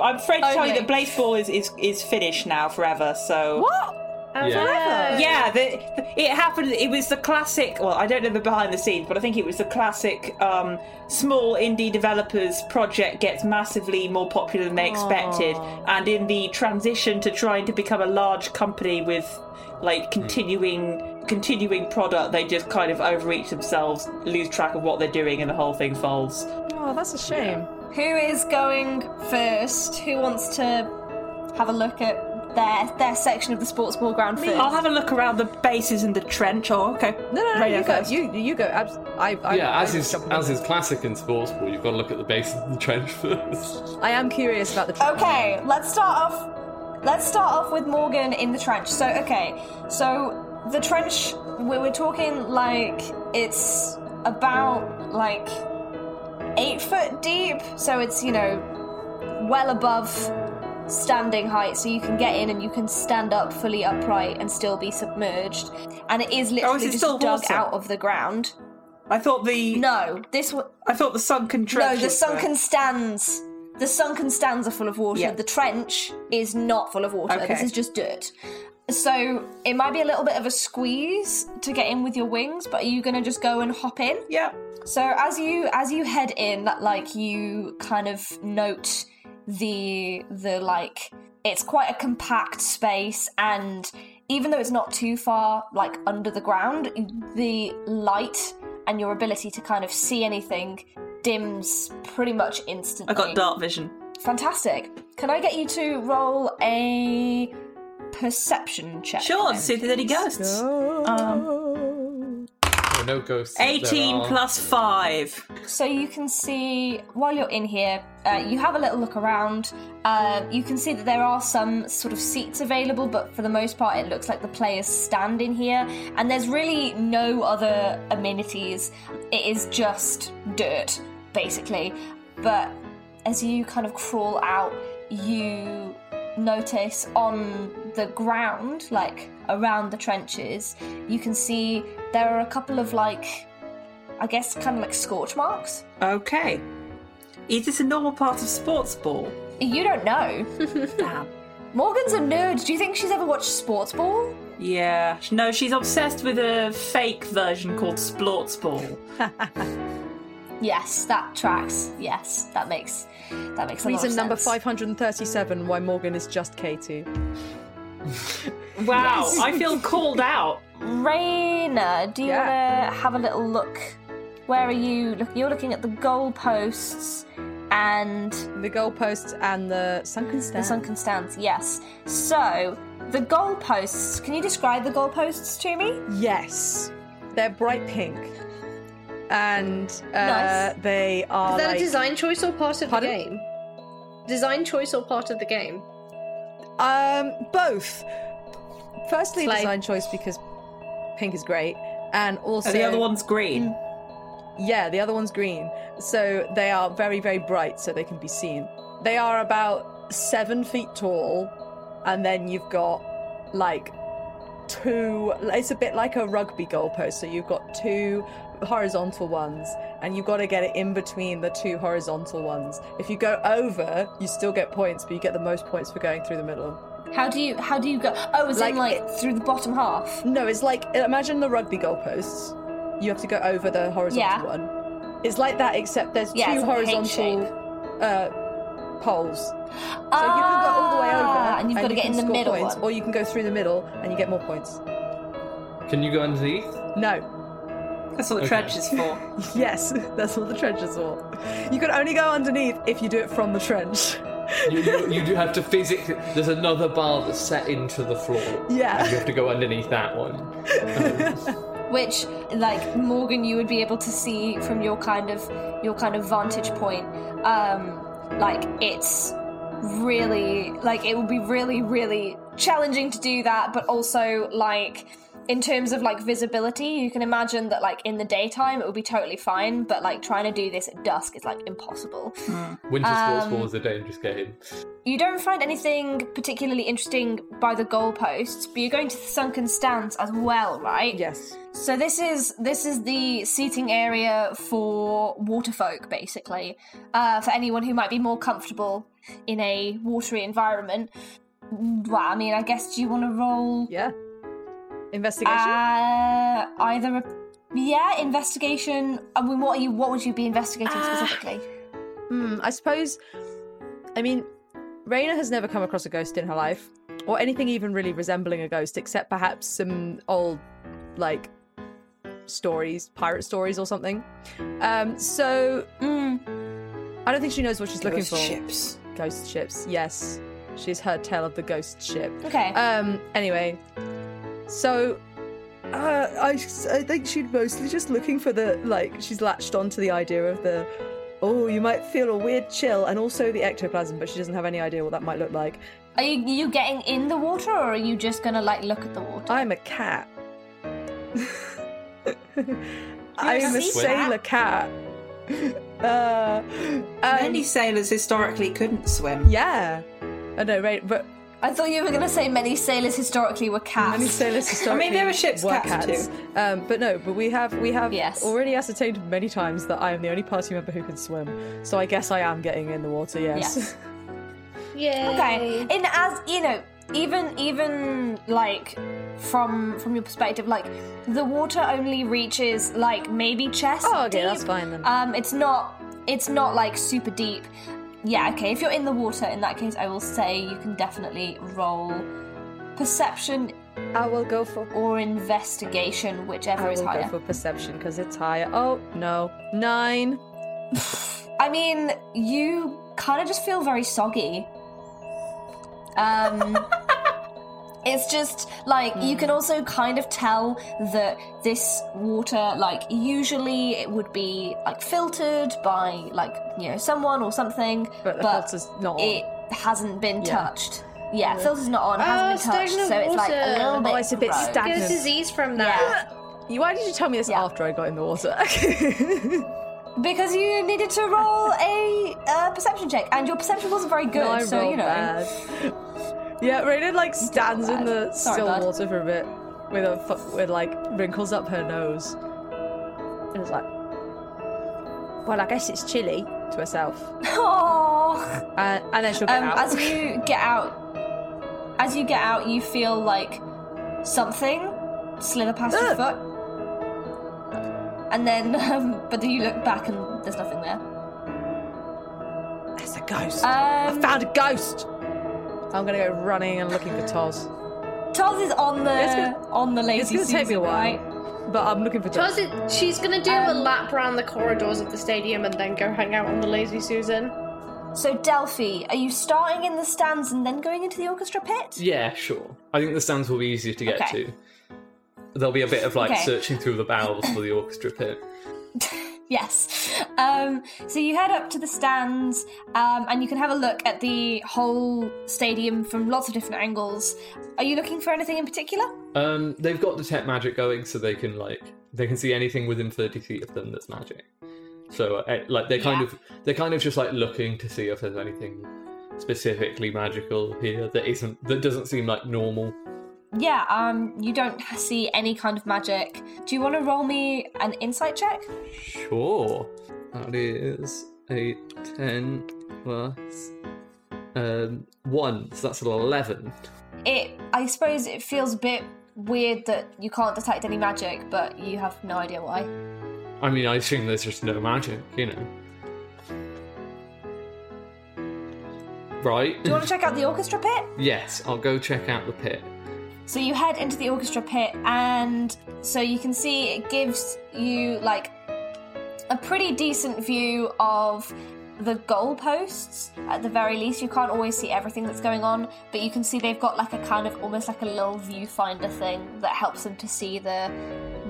Speaker 10: I'm afraid to tell you that Blazeball is, is is finished now forever. So
Speaker 4: what?
Speaker 5: Oh, Yeah.
Speaker 10: Yeah, the, the- it happened. It was the classic. Well, I don't know the behind the scenes, but I think it was the classic um, small indie developers project gets massively more popular than they expected, and in the transition to trying to become a large company with like continuing continuing product, they just kind of overreach themselves, lose track of what they're doing, and the whole thing falls.
Speaker 4: Oh, that's a shame.
Speaker 7: Who is going first? Who wants to have a look at their their section of the sports ball ground first?
Speaker 10: I'll have a look around the bases and the trench. Oh, okay.
Speaker 4: No, no, no.
Speaker 10: Radio
Speaker 4: you go.
Speaker 10: first.
Speaker 4: You you go. Abs- I, I,
Speaker 2: yeah,
Speaker 4: I,
Speaker 2: as is
Speaker 4: jumping in.
Speaker 2: as is classic in sports ball, you've got to look at the base of the trench first.
Speaker 4: I am curious about the.
Speaker 7: Okay, let's start off. Let's start off with Morgan in the trench. So, okay, so the trench. We were talking like it's about like eight foot deep, so it's you know well above standing height, so you can get in and you can stand up fully upright and still be submerged. And it is literally
Speaker 10: it
Speaker 7: just
Speaker 10: still
Speaker 7: dug
Speaker 10: water?
Speaker 7: out of the ground.
Speaker 10: I thought the
Speaker 7: No, this one.
Speaker 10: I thought the sunken trench.
Speaker 7: No, the
Speaker 10: was
Speaker 7: sunken stands. The sunken stands are full of water.
Speaker 10: Yeah.
Speaker 7: The trench is not full of water. This
Speaker 10: Okay.
Speaker 7: is just dirt. So it might be a little bit of a squeeze to get in with your wings, but are you going to just go and hop in?
Speaker 10: Yeah.
Speaker 7: So as you as you head in, like you kind of note the the like it's quite a compact space and even though it's not too far like under the ground, the light and your ability to kind of see anything dims pretty much instantly.
Speaker 10: I got dark vision.
Speaker 7: Fantastic. Can I get you to roll a perception check?
Speaker 10: Sure,
Speaker 7: then,
Speaker 10: see if there's any
Speaker 7: please?
Speaker 10: ghosts. Um,
Speaker 2: Oh, no ghosts. there
Speaker 10: 18
Speaker 2: are.
Speaker 10: plus 5.
Speaker 7: So you can see while you're in here, uh, you have a little look around. Uh, you can see that there are some sort of seats available, but for the most part, it looks like the players stand in here, and there's really no other amenities. It is just dirt, basically. But as you kind of crawl out, you notice on the ground, like around the trenches, you can see there are a couple of like I guess kind of like scorch marks.
Speaker 10: Okay. Is this a normal part of sports ball?
Speaker 7: You don't know.
Speaker 10: Damn.
Speaker 7: Morgan's a nerd. Do you think she's ever watched sports ball?
Speaker 10: Yeah. No, she's obsessed with a fake version called Splorts Ball.
Speaker 7: Yes, that tracks. Yes, that makes that makes a lot of
Speaker 4: Reason number
Speaker 7: sense.
Speaker 4: 537 why Morgan is just Katie.
Speaker 10: Wow, I feel called out.
Speaker 7: Raina, do you want to have a little look? Where are you? Look, you're looking at the goalposts and
Speaker 4: The goalposts and the sunken
Speaker 7: the
Speaker 4: stand.
Speaker 7: sunken stands. Yes. So the goalposts. Can you describe the goalposts to me?
Speaker 4: yes. They're bright pink. And uh,
Speaker 7: Nice.
Speaker 4: they are.
Speaker 5: Is that
Speaker 4: like-
Speaker 5: a design choice or part of
Speaker 4: Pardon?
Speaker 5: the game? Design choice or part of the game?
Speaker 4: Um, both. Firstly,
Speaker 5: Slay.
Speaker 4: design choice because pink is great, and also
Speaker 10: and the other one's green.
Speaker 4: Yeah, the other one's green. So they are very, very bright, so they can be seen. They are about seven feet tall, and then you've got like two. It's a bit like a rugby goalpost, so you've got two horizontal ones, and you've got to get it in between the two horizontal ones. If you go over, you still get points, but you get the most points for going through the middle.
Speaker 7: How do you how do you go? Oh, is
Speaker 4: Like
Speaker 7: in like through the bottom half?
Speaker 4: No, it's like imagine the rugby goalposts. You have to go over the horizontal
Speaker 7: Yeah.
Speaker 4: one. It's like that, except there's
Speaker 7: Yeah,
Speaker 4: two
Speaker 7: it's like a H
Speaker 4: horizontal uh, poles. So you can go all the way
Speaker 7: Ah,
Speaker 4: over,
Speaker 7: and you've got to
Speaker 4: you
Speaker 7: get
Speaker 4: can
Speaker 7: in the
Speaker 4: score
Speaker 7: middle
Speaker 4: points,
Speaker 7: one.
Speaker 4: or you can go through the middle and you get more points.
Speaker 2: Can you go underneath?
Speaker 4: No,
Speaker 10: That's what
Speaker 2: Okay.
Speaker 10: the trench is for.
Speaker 4: yes, that's what the trench is for. You can only go underneath if you do it from the trench.
Speaker 2: You, you, you do have to physically. There's another bar that's set into the floor.
Speaker 4: Yeah.
Speaker 2: And you have to go underneath that one.
Speaker 7: Which like Morgan, you would be able to see from your kind of your kind of vantage point. Um, like it's really like it would be really really challenging to do that, but also like. In terms of like visibility, you can imagine that like in the daytime it would be totally fine, but like trying to do this at dusk is like impossible.
Speaker 2: Winter sports
Speaker 7: Um,
Speaker 2: ball is a dangerous game.
Speaker 7: You don't find anything particularly interesting by the goalposts, but you're going to the sunken stands as well, right?
Speaker 4: Yes.
Speaker 7: So this is this is the seating area for waterfolk, basically, uh, for anyone who might be more comfortable in a watery environment. Well, I mean, I guess do you want to roll
Speaker 4: Yeah. Investigation.
Speaker 7: uh, either a yeah investigation? I mean, what are you? What would you be investigating
Speaker 4: Uh,
Speaker 7: specifically?
Speaker 4: Hmm, I suppose. I mean, Raina has never come across a ghost in her life, or anything even really resembling a ghost, except perhaps some old, like, stories, pirate stories or something. Um, so mm, I don't think she knows what she's looking for.
Speaker 10: Ships.
Speaker 4: Ghost ships. Yes, she's heard tale of the ghost ship.
Speaker 7: Okay.
Speaker 4: Um. Anyway, so uh, I s- I think she'd mostly just looking for the like she's latched onto the idea of the oh you might feel a weird chill and also the ectoplasm, but she doesn't have any idea what that might look like.
Speaker 7: Are you, you getting in the water, or are you just gonna like look at the water?
Speaker 4: I'm a cat. I'm a
Speaker 7: see
Speaker 4: sailor cat. Uh, um,
Speaker 10: Many sailors historically couldn't swim.
Speaker 4: yeah, I know, right? But
Speaker 7: I thought you were going to say many sailors historically were cats.
Speaker 4: Many sailors historically
Speaker 10: I mean, there were ships'
Speaker 4: were
Speaker 10: cats
Speaker 4: Um, but no, but we have we have
Speaker 7: Yes.
Speaker 4: already ascertained many times that I am the only party member who can swim. So I guess I am getting in the water. Yes.
Speaker 7: Yes.
Speaker 8: Yeah.
Speaker 7: okay, and as you know, even even like from from your perspective, like the water only reaches like maybe chest.
Speaker 4: Oh, okay,
Speaker 7: deep.
Speaker 4: that's fine then.
Speaker 7: Um, it's not it's not like super deep. Yeah, okay. If you're in the water, in that case, I will say you can definitely roll perception
Speaker 4: I will go for
Speaker 7: or investigation, whichever
Speaker 4: I
Speaker 7: oh, is
Speaker 4: will go
Speaker 7: higher.
Speaker 4: for perception because it's higher. Oh no, nine.
Speaker 7: I mean, you kind of just feel very soggy. Um, it's just like you can also kind of tell that this water, like usually it would be like filtered by like you know someone or something,
Speaker 4: But the filter's not on.
Speaker 7: It hasn't been
Speaker 4: Yeah. Ah,
Speaker 7: touched. Yeah, filter's not on, hasn't
Speaker 8: Oh,
Speaker 7: been touched,
Speaker 8: stagnant
Speaker 7: so it's like a
Speaker 8: water.
Speaker 7: little bit.
Speaker 4: Oh, it's a bit
Speaker 7: gross.
Speaker 8: Get a
Speaker 4: stagnant.
Speaker 8: disease from that.
Speaker 7: Yeah,
Speaker 4: You- Why did you tell me this
Speaker 7: Yeah.
Speaker 4: after I got in the water?
Speaker 7: because you needed to roll a uh, perception check, and your perception wasn't very good,
Speaker 4: No, I
Speaker 7: so
Speaker 4: rolled
Speaker 7: you know.
Speaker 4: bad. Yeah, Raina like stands in
Speaker 7: bad.
Speaker 4: the
Speaker 7: Sorry,
Speaker 4: still
Speaker 7: bud.
Speaker 4: water for a bit with a fu- with like wrinkles up her nose. And it's like, well, I guess it's chilly to herself,
Speaker 7: Aw.
Speaker 4: uh, and then she'll get
Speaker 7: um,
Speaker 4: out.
Speaker 7: as you get out as you get out you feel like something slither past your
Speaker 4: Ugh.
Speaker 7: foot and then um, but then you look back and there's nothing there
Speaker 4: There's a ghost. I
Speaker 7: um
Speaker 4: found a ghost. I'm gonna go running and looking for Toz,
Speaker 7: Toz is on the
Speaker 4: It's gonna-
Speaker 7: on the lazy
Speaker 4: it's gonna take me a
Speaker 7: Susan,
Speaker 4: while.
Speaker 7: right?
Speaker 4: but I'm looking for Toz.
Speaker 8: Does it? She's gonna do a
Speaker 5: Um,
Speaker 8: lap around the corridors of the stadium and then go hang out on the Lazy Susan.
Speaker 7: so Delphi are you starting in the stands and then going into the orchestra pit
Speaker 2: Yeah, sure. I think the stands will be easier to get
Speaker 7: Okay.
Speaker 2: to. There'll be a bit of like
Speaker 7: Okay.
Speaker 2: searching through the bowels for the orchestra pit.
Speaker 1: yes. Um, so you head up to the stands, um, and you can have a look at the whole stadium from lots of different angles. Are you looking for anything in particular?
Speaker 2: Um, they've got detect magic going, so they can like they can see anything within thirty feet of them that's magic. So uh, eh, like they're kind of they're kind of just like looking to see if there's anything specifically magical here that isn't that doesn't seem like normal.
Speaker 1: Yeah. Um, you don't see any kind of magic. Do you want to roll me an insight check?
Speaker 2: Sure, that is a ten plus um, one, so that's an eleven.
Speaker 1: It. I suppose it feels a bit weird that you can't detect any magic, but you have no idea why.
Speaker 2: I mean, I assume there's just no magic, you know. Right?
Speaker 1: Do you want to check out the orchestra pit?
Speaker 2: yes, I'll go check out the pit.
Speaker 1: So you head into the orchestra pit, and so you can see it gives you like a pretty decent view of the goalposts. At the very least, you can't always see everything that's going on, but you can see they've got like a kind of almost like a little viewfinder thing that helps them to see the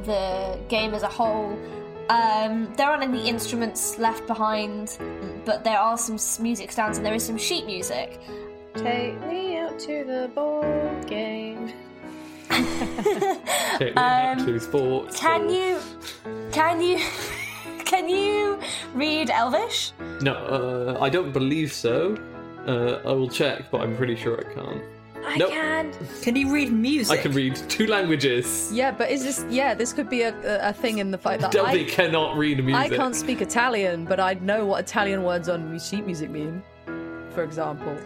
Speaker 1: the game as a whole. Um, there aren't any instruments left behind, but there are some s- music stands and there is some sheet music.
Speaker 5: Take me out to the board game.
Speaker 2: Take me
Speaker 4: Um,
Speaker 2: back to sports.
Speaker 1: Can
Speaker 2: or-
Speaker 1: you? Can you? Can you read Elvish?
Speaker 2: No, uh, I don't believe so. Uh, I will check, but I'm pretty sure I can't.
Speaker 5: I
Speaker 2: Nope.
Speaker 5: can.
Speaker 10: Can you read music?
Speaker 2: I can read two languages.
Speaker 4: Yeah, but is this? Yeah, this could be a, a- a thing in the fight that
Speaker 2: Delphi
Speaker 4: I,
Speaker 2: cannot read music.
Speaker 4: I can't speak Italian, but I know what Italian words on sheet music mean. For example,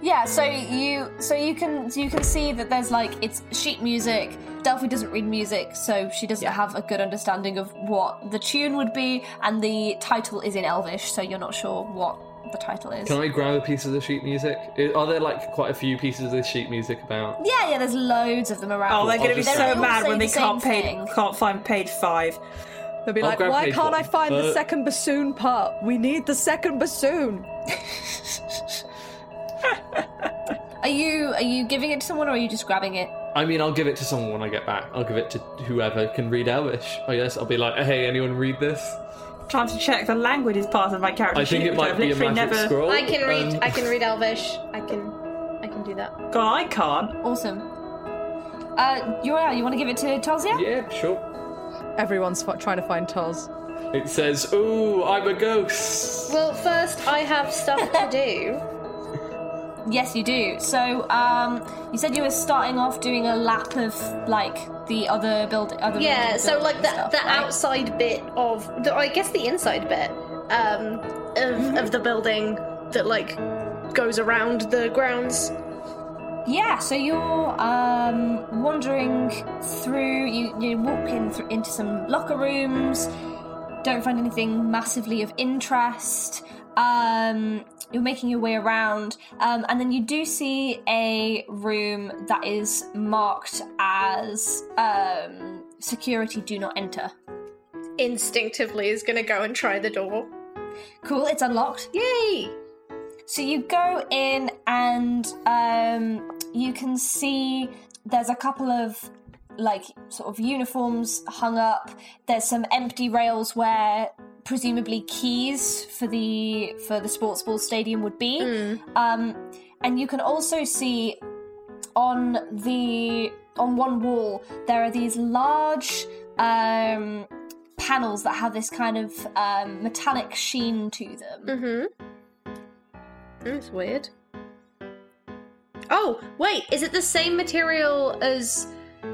Speaker 1: Yeah, so you so you can so you can see that there's like it's sheet music. Delphi doesn't read music, so she doesn't have a good understanding of what the tune would be, and the title is in Elvish, so you're not sure what the title is.
Speaker 2: Can I grab a piece of the sheet music? I- Are there like quite a few pieces of the sheet music about?
Speaker 1: yeah, yeah, there's loads of them around.
Speaker 10: Oh, they're going to be
Speaker 2: They're
Speaker 10: so
Speaker 1: all
Speaker 10: mad
Speaker 1: saying
Speaker 10: when they
Speaker 1: the
Speaker 10: can't
Speaker 1: same
Speaker 10: pay,
Speaker 1: thing.
Speaker 10: can't find page five.
Speaker 4: they'll be
Speaker 2: I'll
Speaker 4: like,
Speaker 2: grab
Speaker 4: "Why
Speaker 2: page
Speaker 4: can't I
Speaker 2: one,
Speaker 4: find the
Speaker 2: but-
Speaker 4: second bassoon part? We need the second bassoon."
Speaker 1: Are you are you giving it to someone or are you just grabbing it?
Speaker 2: I mean, I'll give it to someone when I get back. I'll give it to whoever can read Elvish. I guess I'll be like, hey, anyone read this?
Speaker 10: Trying to check the language is part of my character.
Speaker 2: I think
Speaker 10: sheet,
Speaker 2: it
Speaker 10: which
Speaker 2: might
Speaker 10: I've
Speaker 2: be a
Speaker 10: literally
Speaker 2: magic
Speaker 10: never...
Speaker 2: scroll.
Speaker 5: I can read.
Speaker 2: um,
Speaker 5: I can read Elvish. I can. I can do that.
Speaker 10: God, I can't.
Speaker 1: Awesome. Uh, Uriel, you want to give it to Tozia?
Speaker 2: Yeah, sure.
Speaker 4: Everyone's f- trying to find Toz.
Speaker 2: It says, "Ooh, I'm a ghost."
Speaker 5: Well, first I have stuff to do.
Speaker 1: Yes, you do. So, um, you said you were starting off doing a lap of like the other build, other
Speaker 5: Yeah,
Speaker 1: building
Speaker 5: so like the
Speaker 1: stuff,
Speaker 5: the
Speaker 1: right?
Speaker 5: outside bit of the, I guess the inside bit um
Speaker 1: Mm-hmm.
Speaker 5: of of the building that like goes around the grounds.
Speaker 1: Yeah, so you're um, wandering through. You you walk in thr- into some locker rooms. Don't find anything massively of interest. Um, you're making your way around, um, and then you do see a room that is marked as um, security. Do not enter.
Speaker 5: Instinctively is going to go and try the door.
Speaker 1: Cool, it's unlocked.
Speaker 5: Yay!
Speaker 1: So you go in and um, you can see there's a couple of like sort of uniforms hung up. There's some empty rails where presumably keys for the for the sports ball stadium would be. Um, and you can also see on the on one wall there are these large um, panels that have this kind of um, metallic sheen to them.
Speaker 5: Mhm.
Speaker 1: Mm-hmm.
Speaker 5: That's weird. Oh, wait, is it the same material as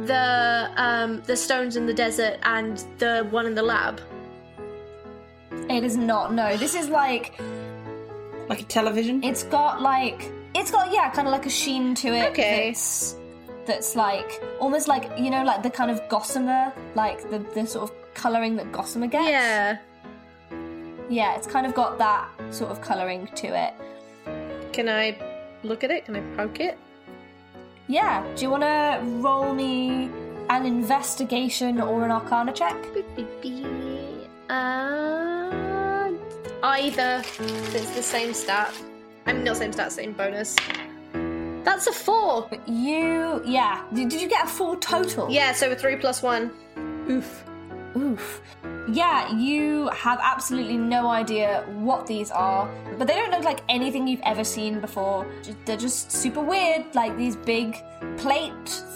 Speaker 5: the um the stones in the desert and the one in the lab? Mm.
Speaker 1: It is not. No, this is like
Speaker 10: Like a television.
Speaker 1: it's got like it's got yeah, kind of like a sheen to it.
Speaker 5: Okay.
Speaker 1: That's, that's like almost like you know like the kind of gossamer, like the the sort of coloring that gossamer gets.
Speaker 5: Yeah.
Speaker 1: Yeah, it's kind of got that sort of coloring to it.
Speaker 5: Can I look at it? Can I poke it?
Speaker 1: Yeah. Do you want to roll me an investigation or an arcana check?
Speaker 5: Uh, either. It's the same stat. I'm not same stat, same bonus. That's a four.
Speaker 1: But you, yeah. Did did you get a full total?
Speaker 5: Yeah, so a three plus one.
Speaker 4: Oof.
Speaker 7: Oof. Yeah, you have absolutely no idea what these are, but they don't look like anything you've ever seen before. Ju- They're just super weird, like these big plate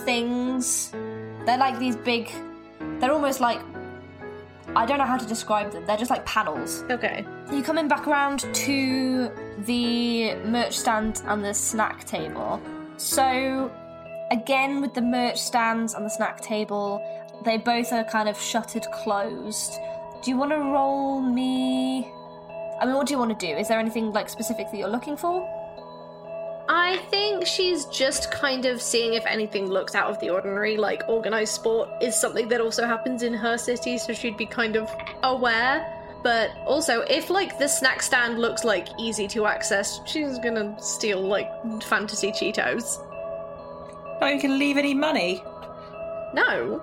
Speaker 7: things. They're like these big. They're almost like. I don't know how to describe them. They're just like panels.
Speaker 5: Okay.
Speaker 7: You're coming back around to the merch stand and the snack table. So, again, with the merch stands and the snack table, they both are kind of shuttered closed. Do you want to roll me? I mean, what do you want to do? Is there anything like specific that you're looking for?
Speaker 5: I think she's just kind of seeing if anything looks out of the ordinary, like organized sport is something that also happens in her city, so she'd be kind of aware. But also, if like the snack stand looks like easy to access, she's gonna steal like fantasy Cheetos.
Speaker 10: Not Oh, you can leave any money.
Speaker 5: No.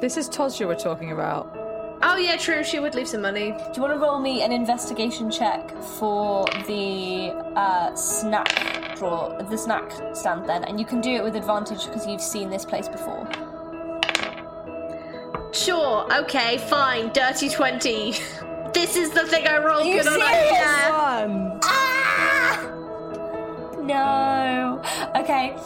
Speaker 4: This is Toz you were talking about.
Speaker 5: Oh yeah, true. She would leave some money.
Speaker 7: Do you want to roll me an investigation check for the uh, snack draw, the snack stand then? And you can do it with advantage because you've seen this place before.
Speaker 5: Sure. Okay. Fine. Dirty twenty. this is the thing I rolled.
Speaker 7: Are you
Speaker 5: good on
Speaker 7: serious?
Speaker 5: idea.
Speaker 7: Ah! No. Okay.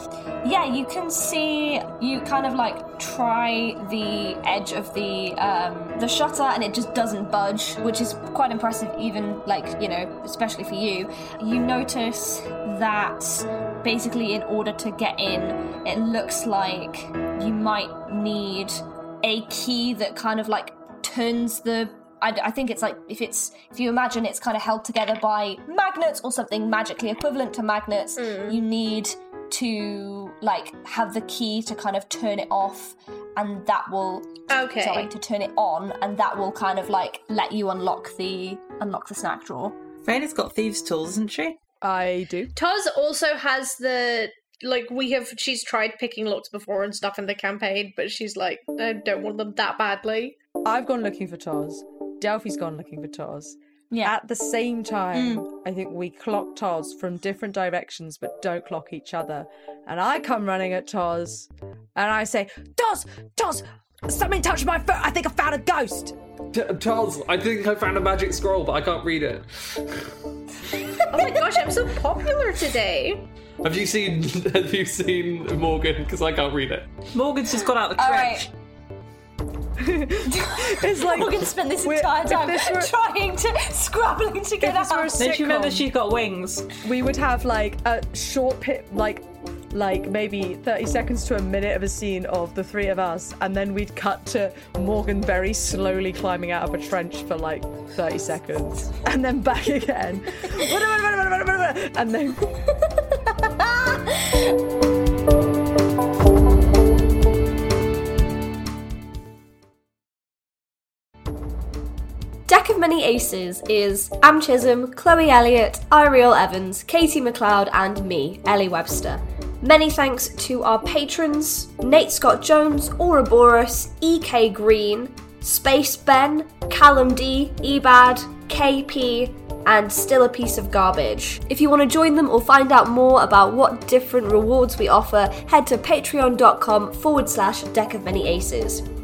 Speaker 7: Yeah, you can see you kind of like try the edge of the um, the shutter and it just doesn't budge, which is quite impressive. Even like you know, especially for you, you notice that basically in order to get in, it looks like you might need a key that kind of like turns the I, I think it's like if it's if you imagine it's kind of held together by magnets or something magically equivalent to magnets you need to like have the key to kind of turn it off and that will
Speaker 5: Okay.
Speaker 7: sorry to turn it on and that will kind of like let you unlock the unlock the snack drawer
Speaker 10: Raina's got thieves' tools, isn't she?
Speaker 4: I do.
Speaker 5: Toz also has the like we have she's tried picking locks before and stuff in the campaign, but she's like, I don't want them that badly.
Speaker 4: I've gone looking for Toz. Delphi's gone looking for Toz.
Speaker 7: Yeah.
Speaker 4: At the same time,
Speaker 10: Mm.
Speaker 4: I think we clock Toz from different directions, but don't clock each other. And I come running at Toz, and I say, "Toz, Toz, something touched my foot. I think I found a ghost."
Speaker 2: T- Charles, I think I found a magic scroll, but I can't read it.
Speaker 5: Oh my gosh, I'm so popular today.
Speaker 2: Have you seen? Have you seen Morgan? Because I can't read it.
Speaker 10: Morgan's just got out the
Speaker 7: all
Speaker 10: trench.
Speaker 7: right
Speaker 4: It's like
Speaker 7: we're gonna spend this
Speaker 4: We're-
Speaker 7: entire
Speaker 4: if
Speaker 7: time
Speaker 4: this were-
Speaker 7: trying to scrabbling to get
Speaker 4: this were a
Speaker 7: out
Speaker 4: s-
Speaker 10: Then she remembers
Speaker 4: sitcom.
Speaker 10: she's got wings.
Speaker 4: we would have like a short pit, like like maybe 30 seconds to a minute of a scene of the three of us and then we'd cut to morgan very slowly climbing out of a trench for like 30 seconds and then back again and then
Speaker 1: Deck of Many Aces is Am Chisholm, Chloe Elliott, Ariel Evans, Katie McLeod, and me, Ellie Webster. Many thanks to our patrons Nate Scott Jones, Ouroboros, EK Green, Space Ben, Callum D, Ebad, KP, and Still a Piece of Garbage. If you want to join them or find out more about what different rewards we offer, head to patreon.com forward slash deck of many aces.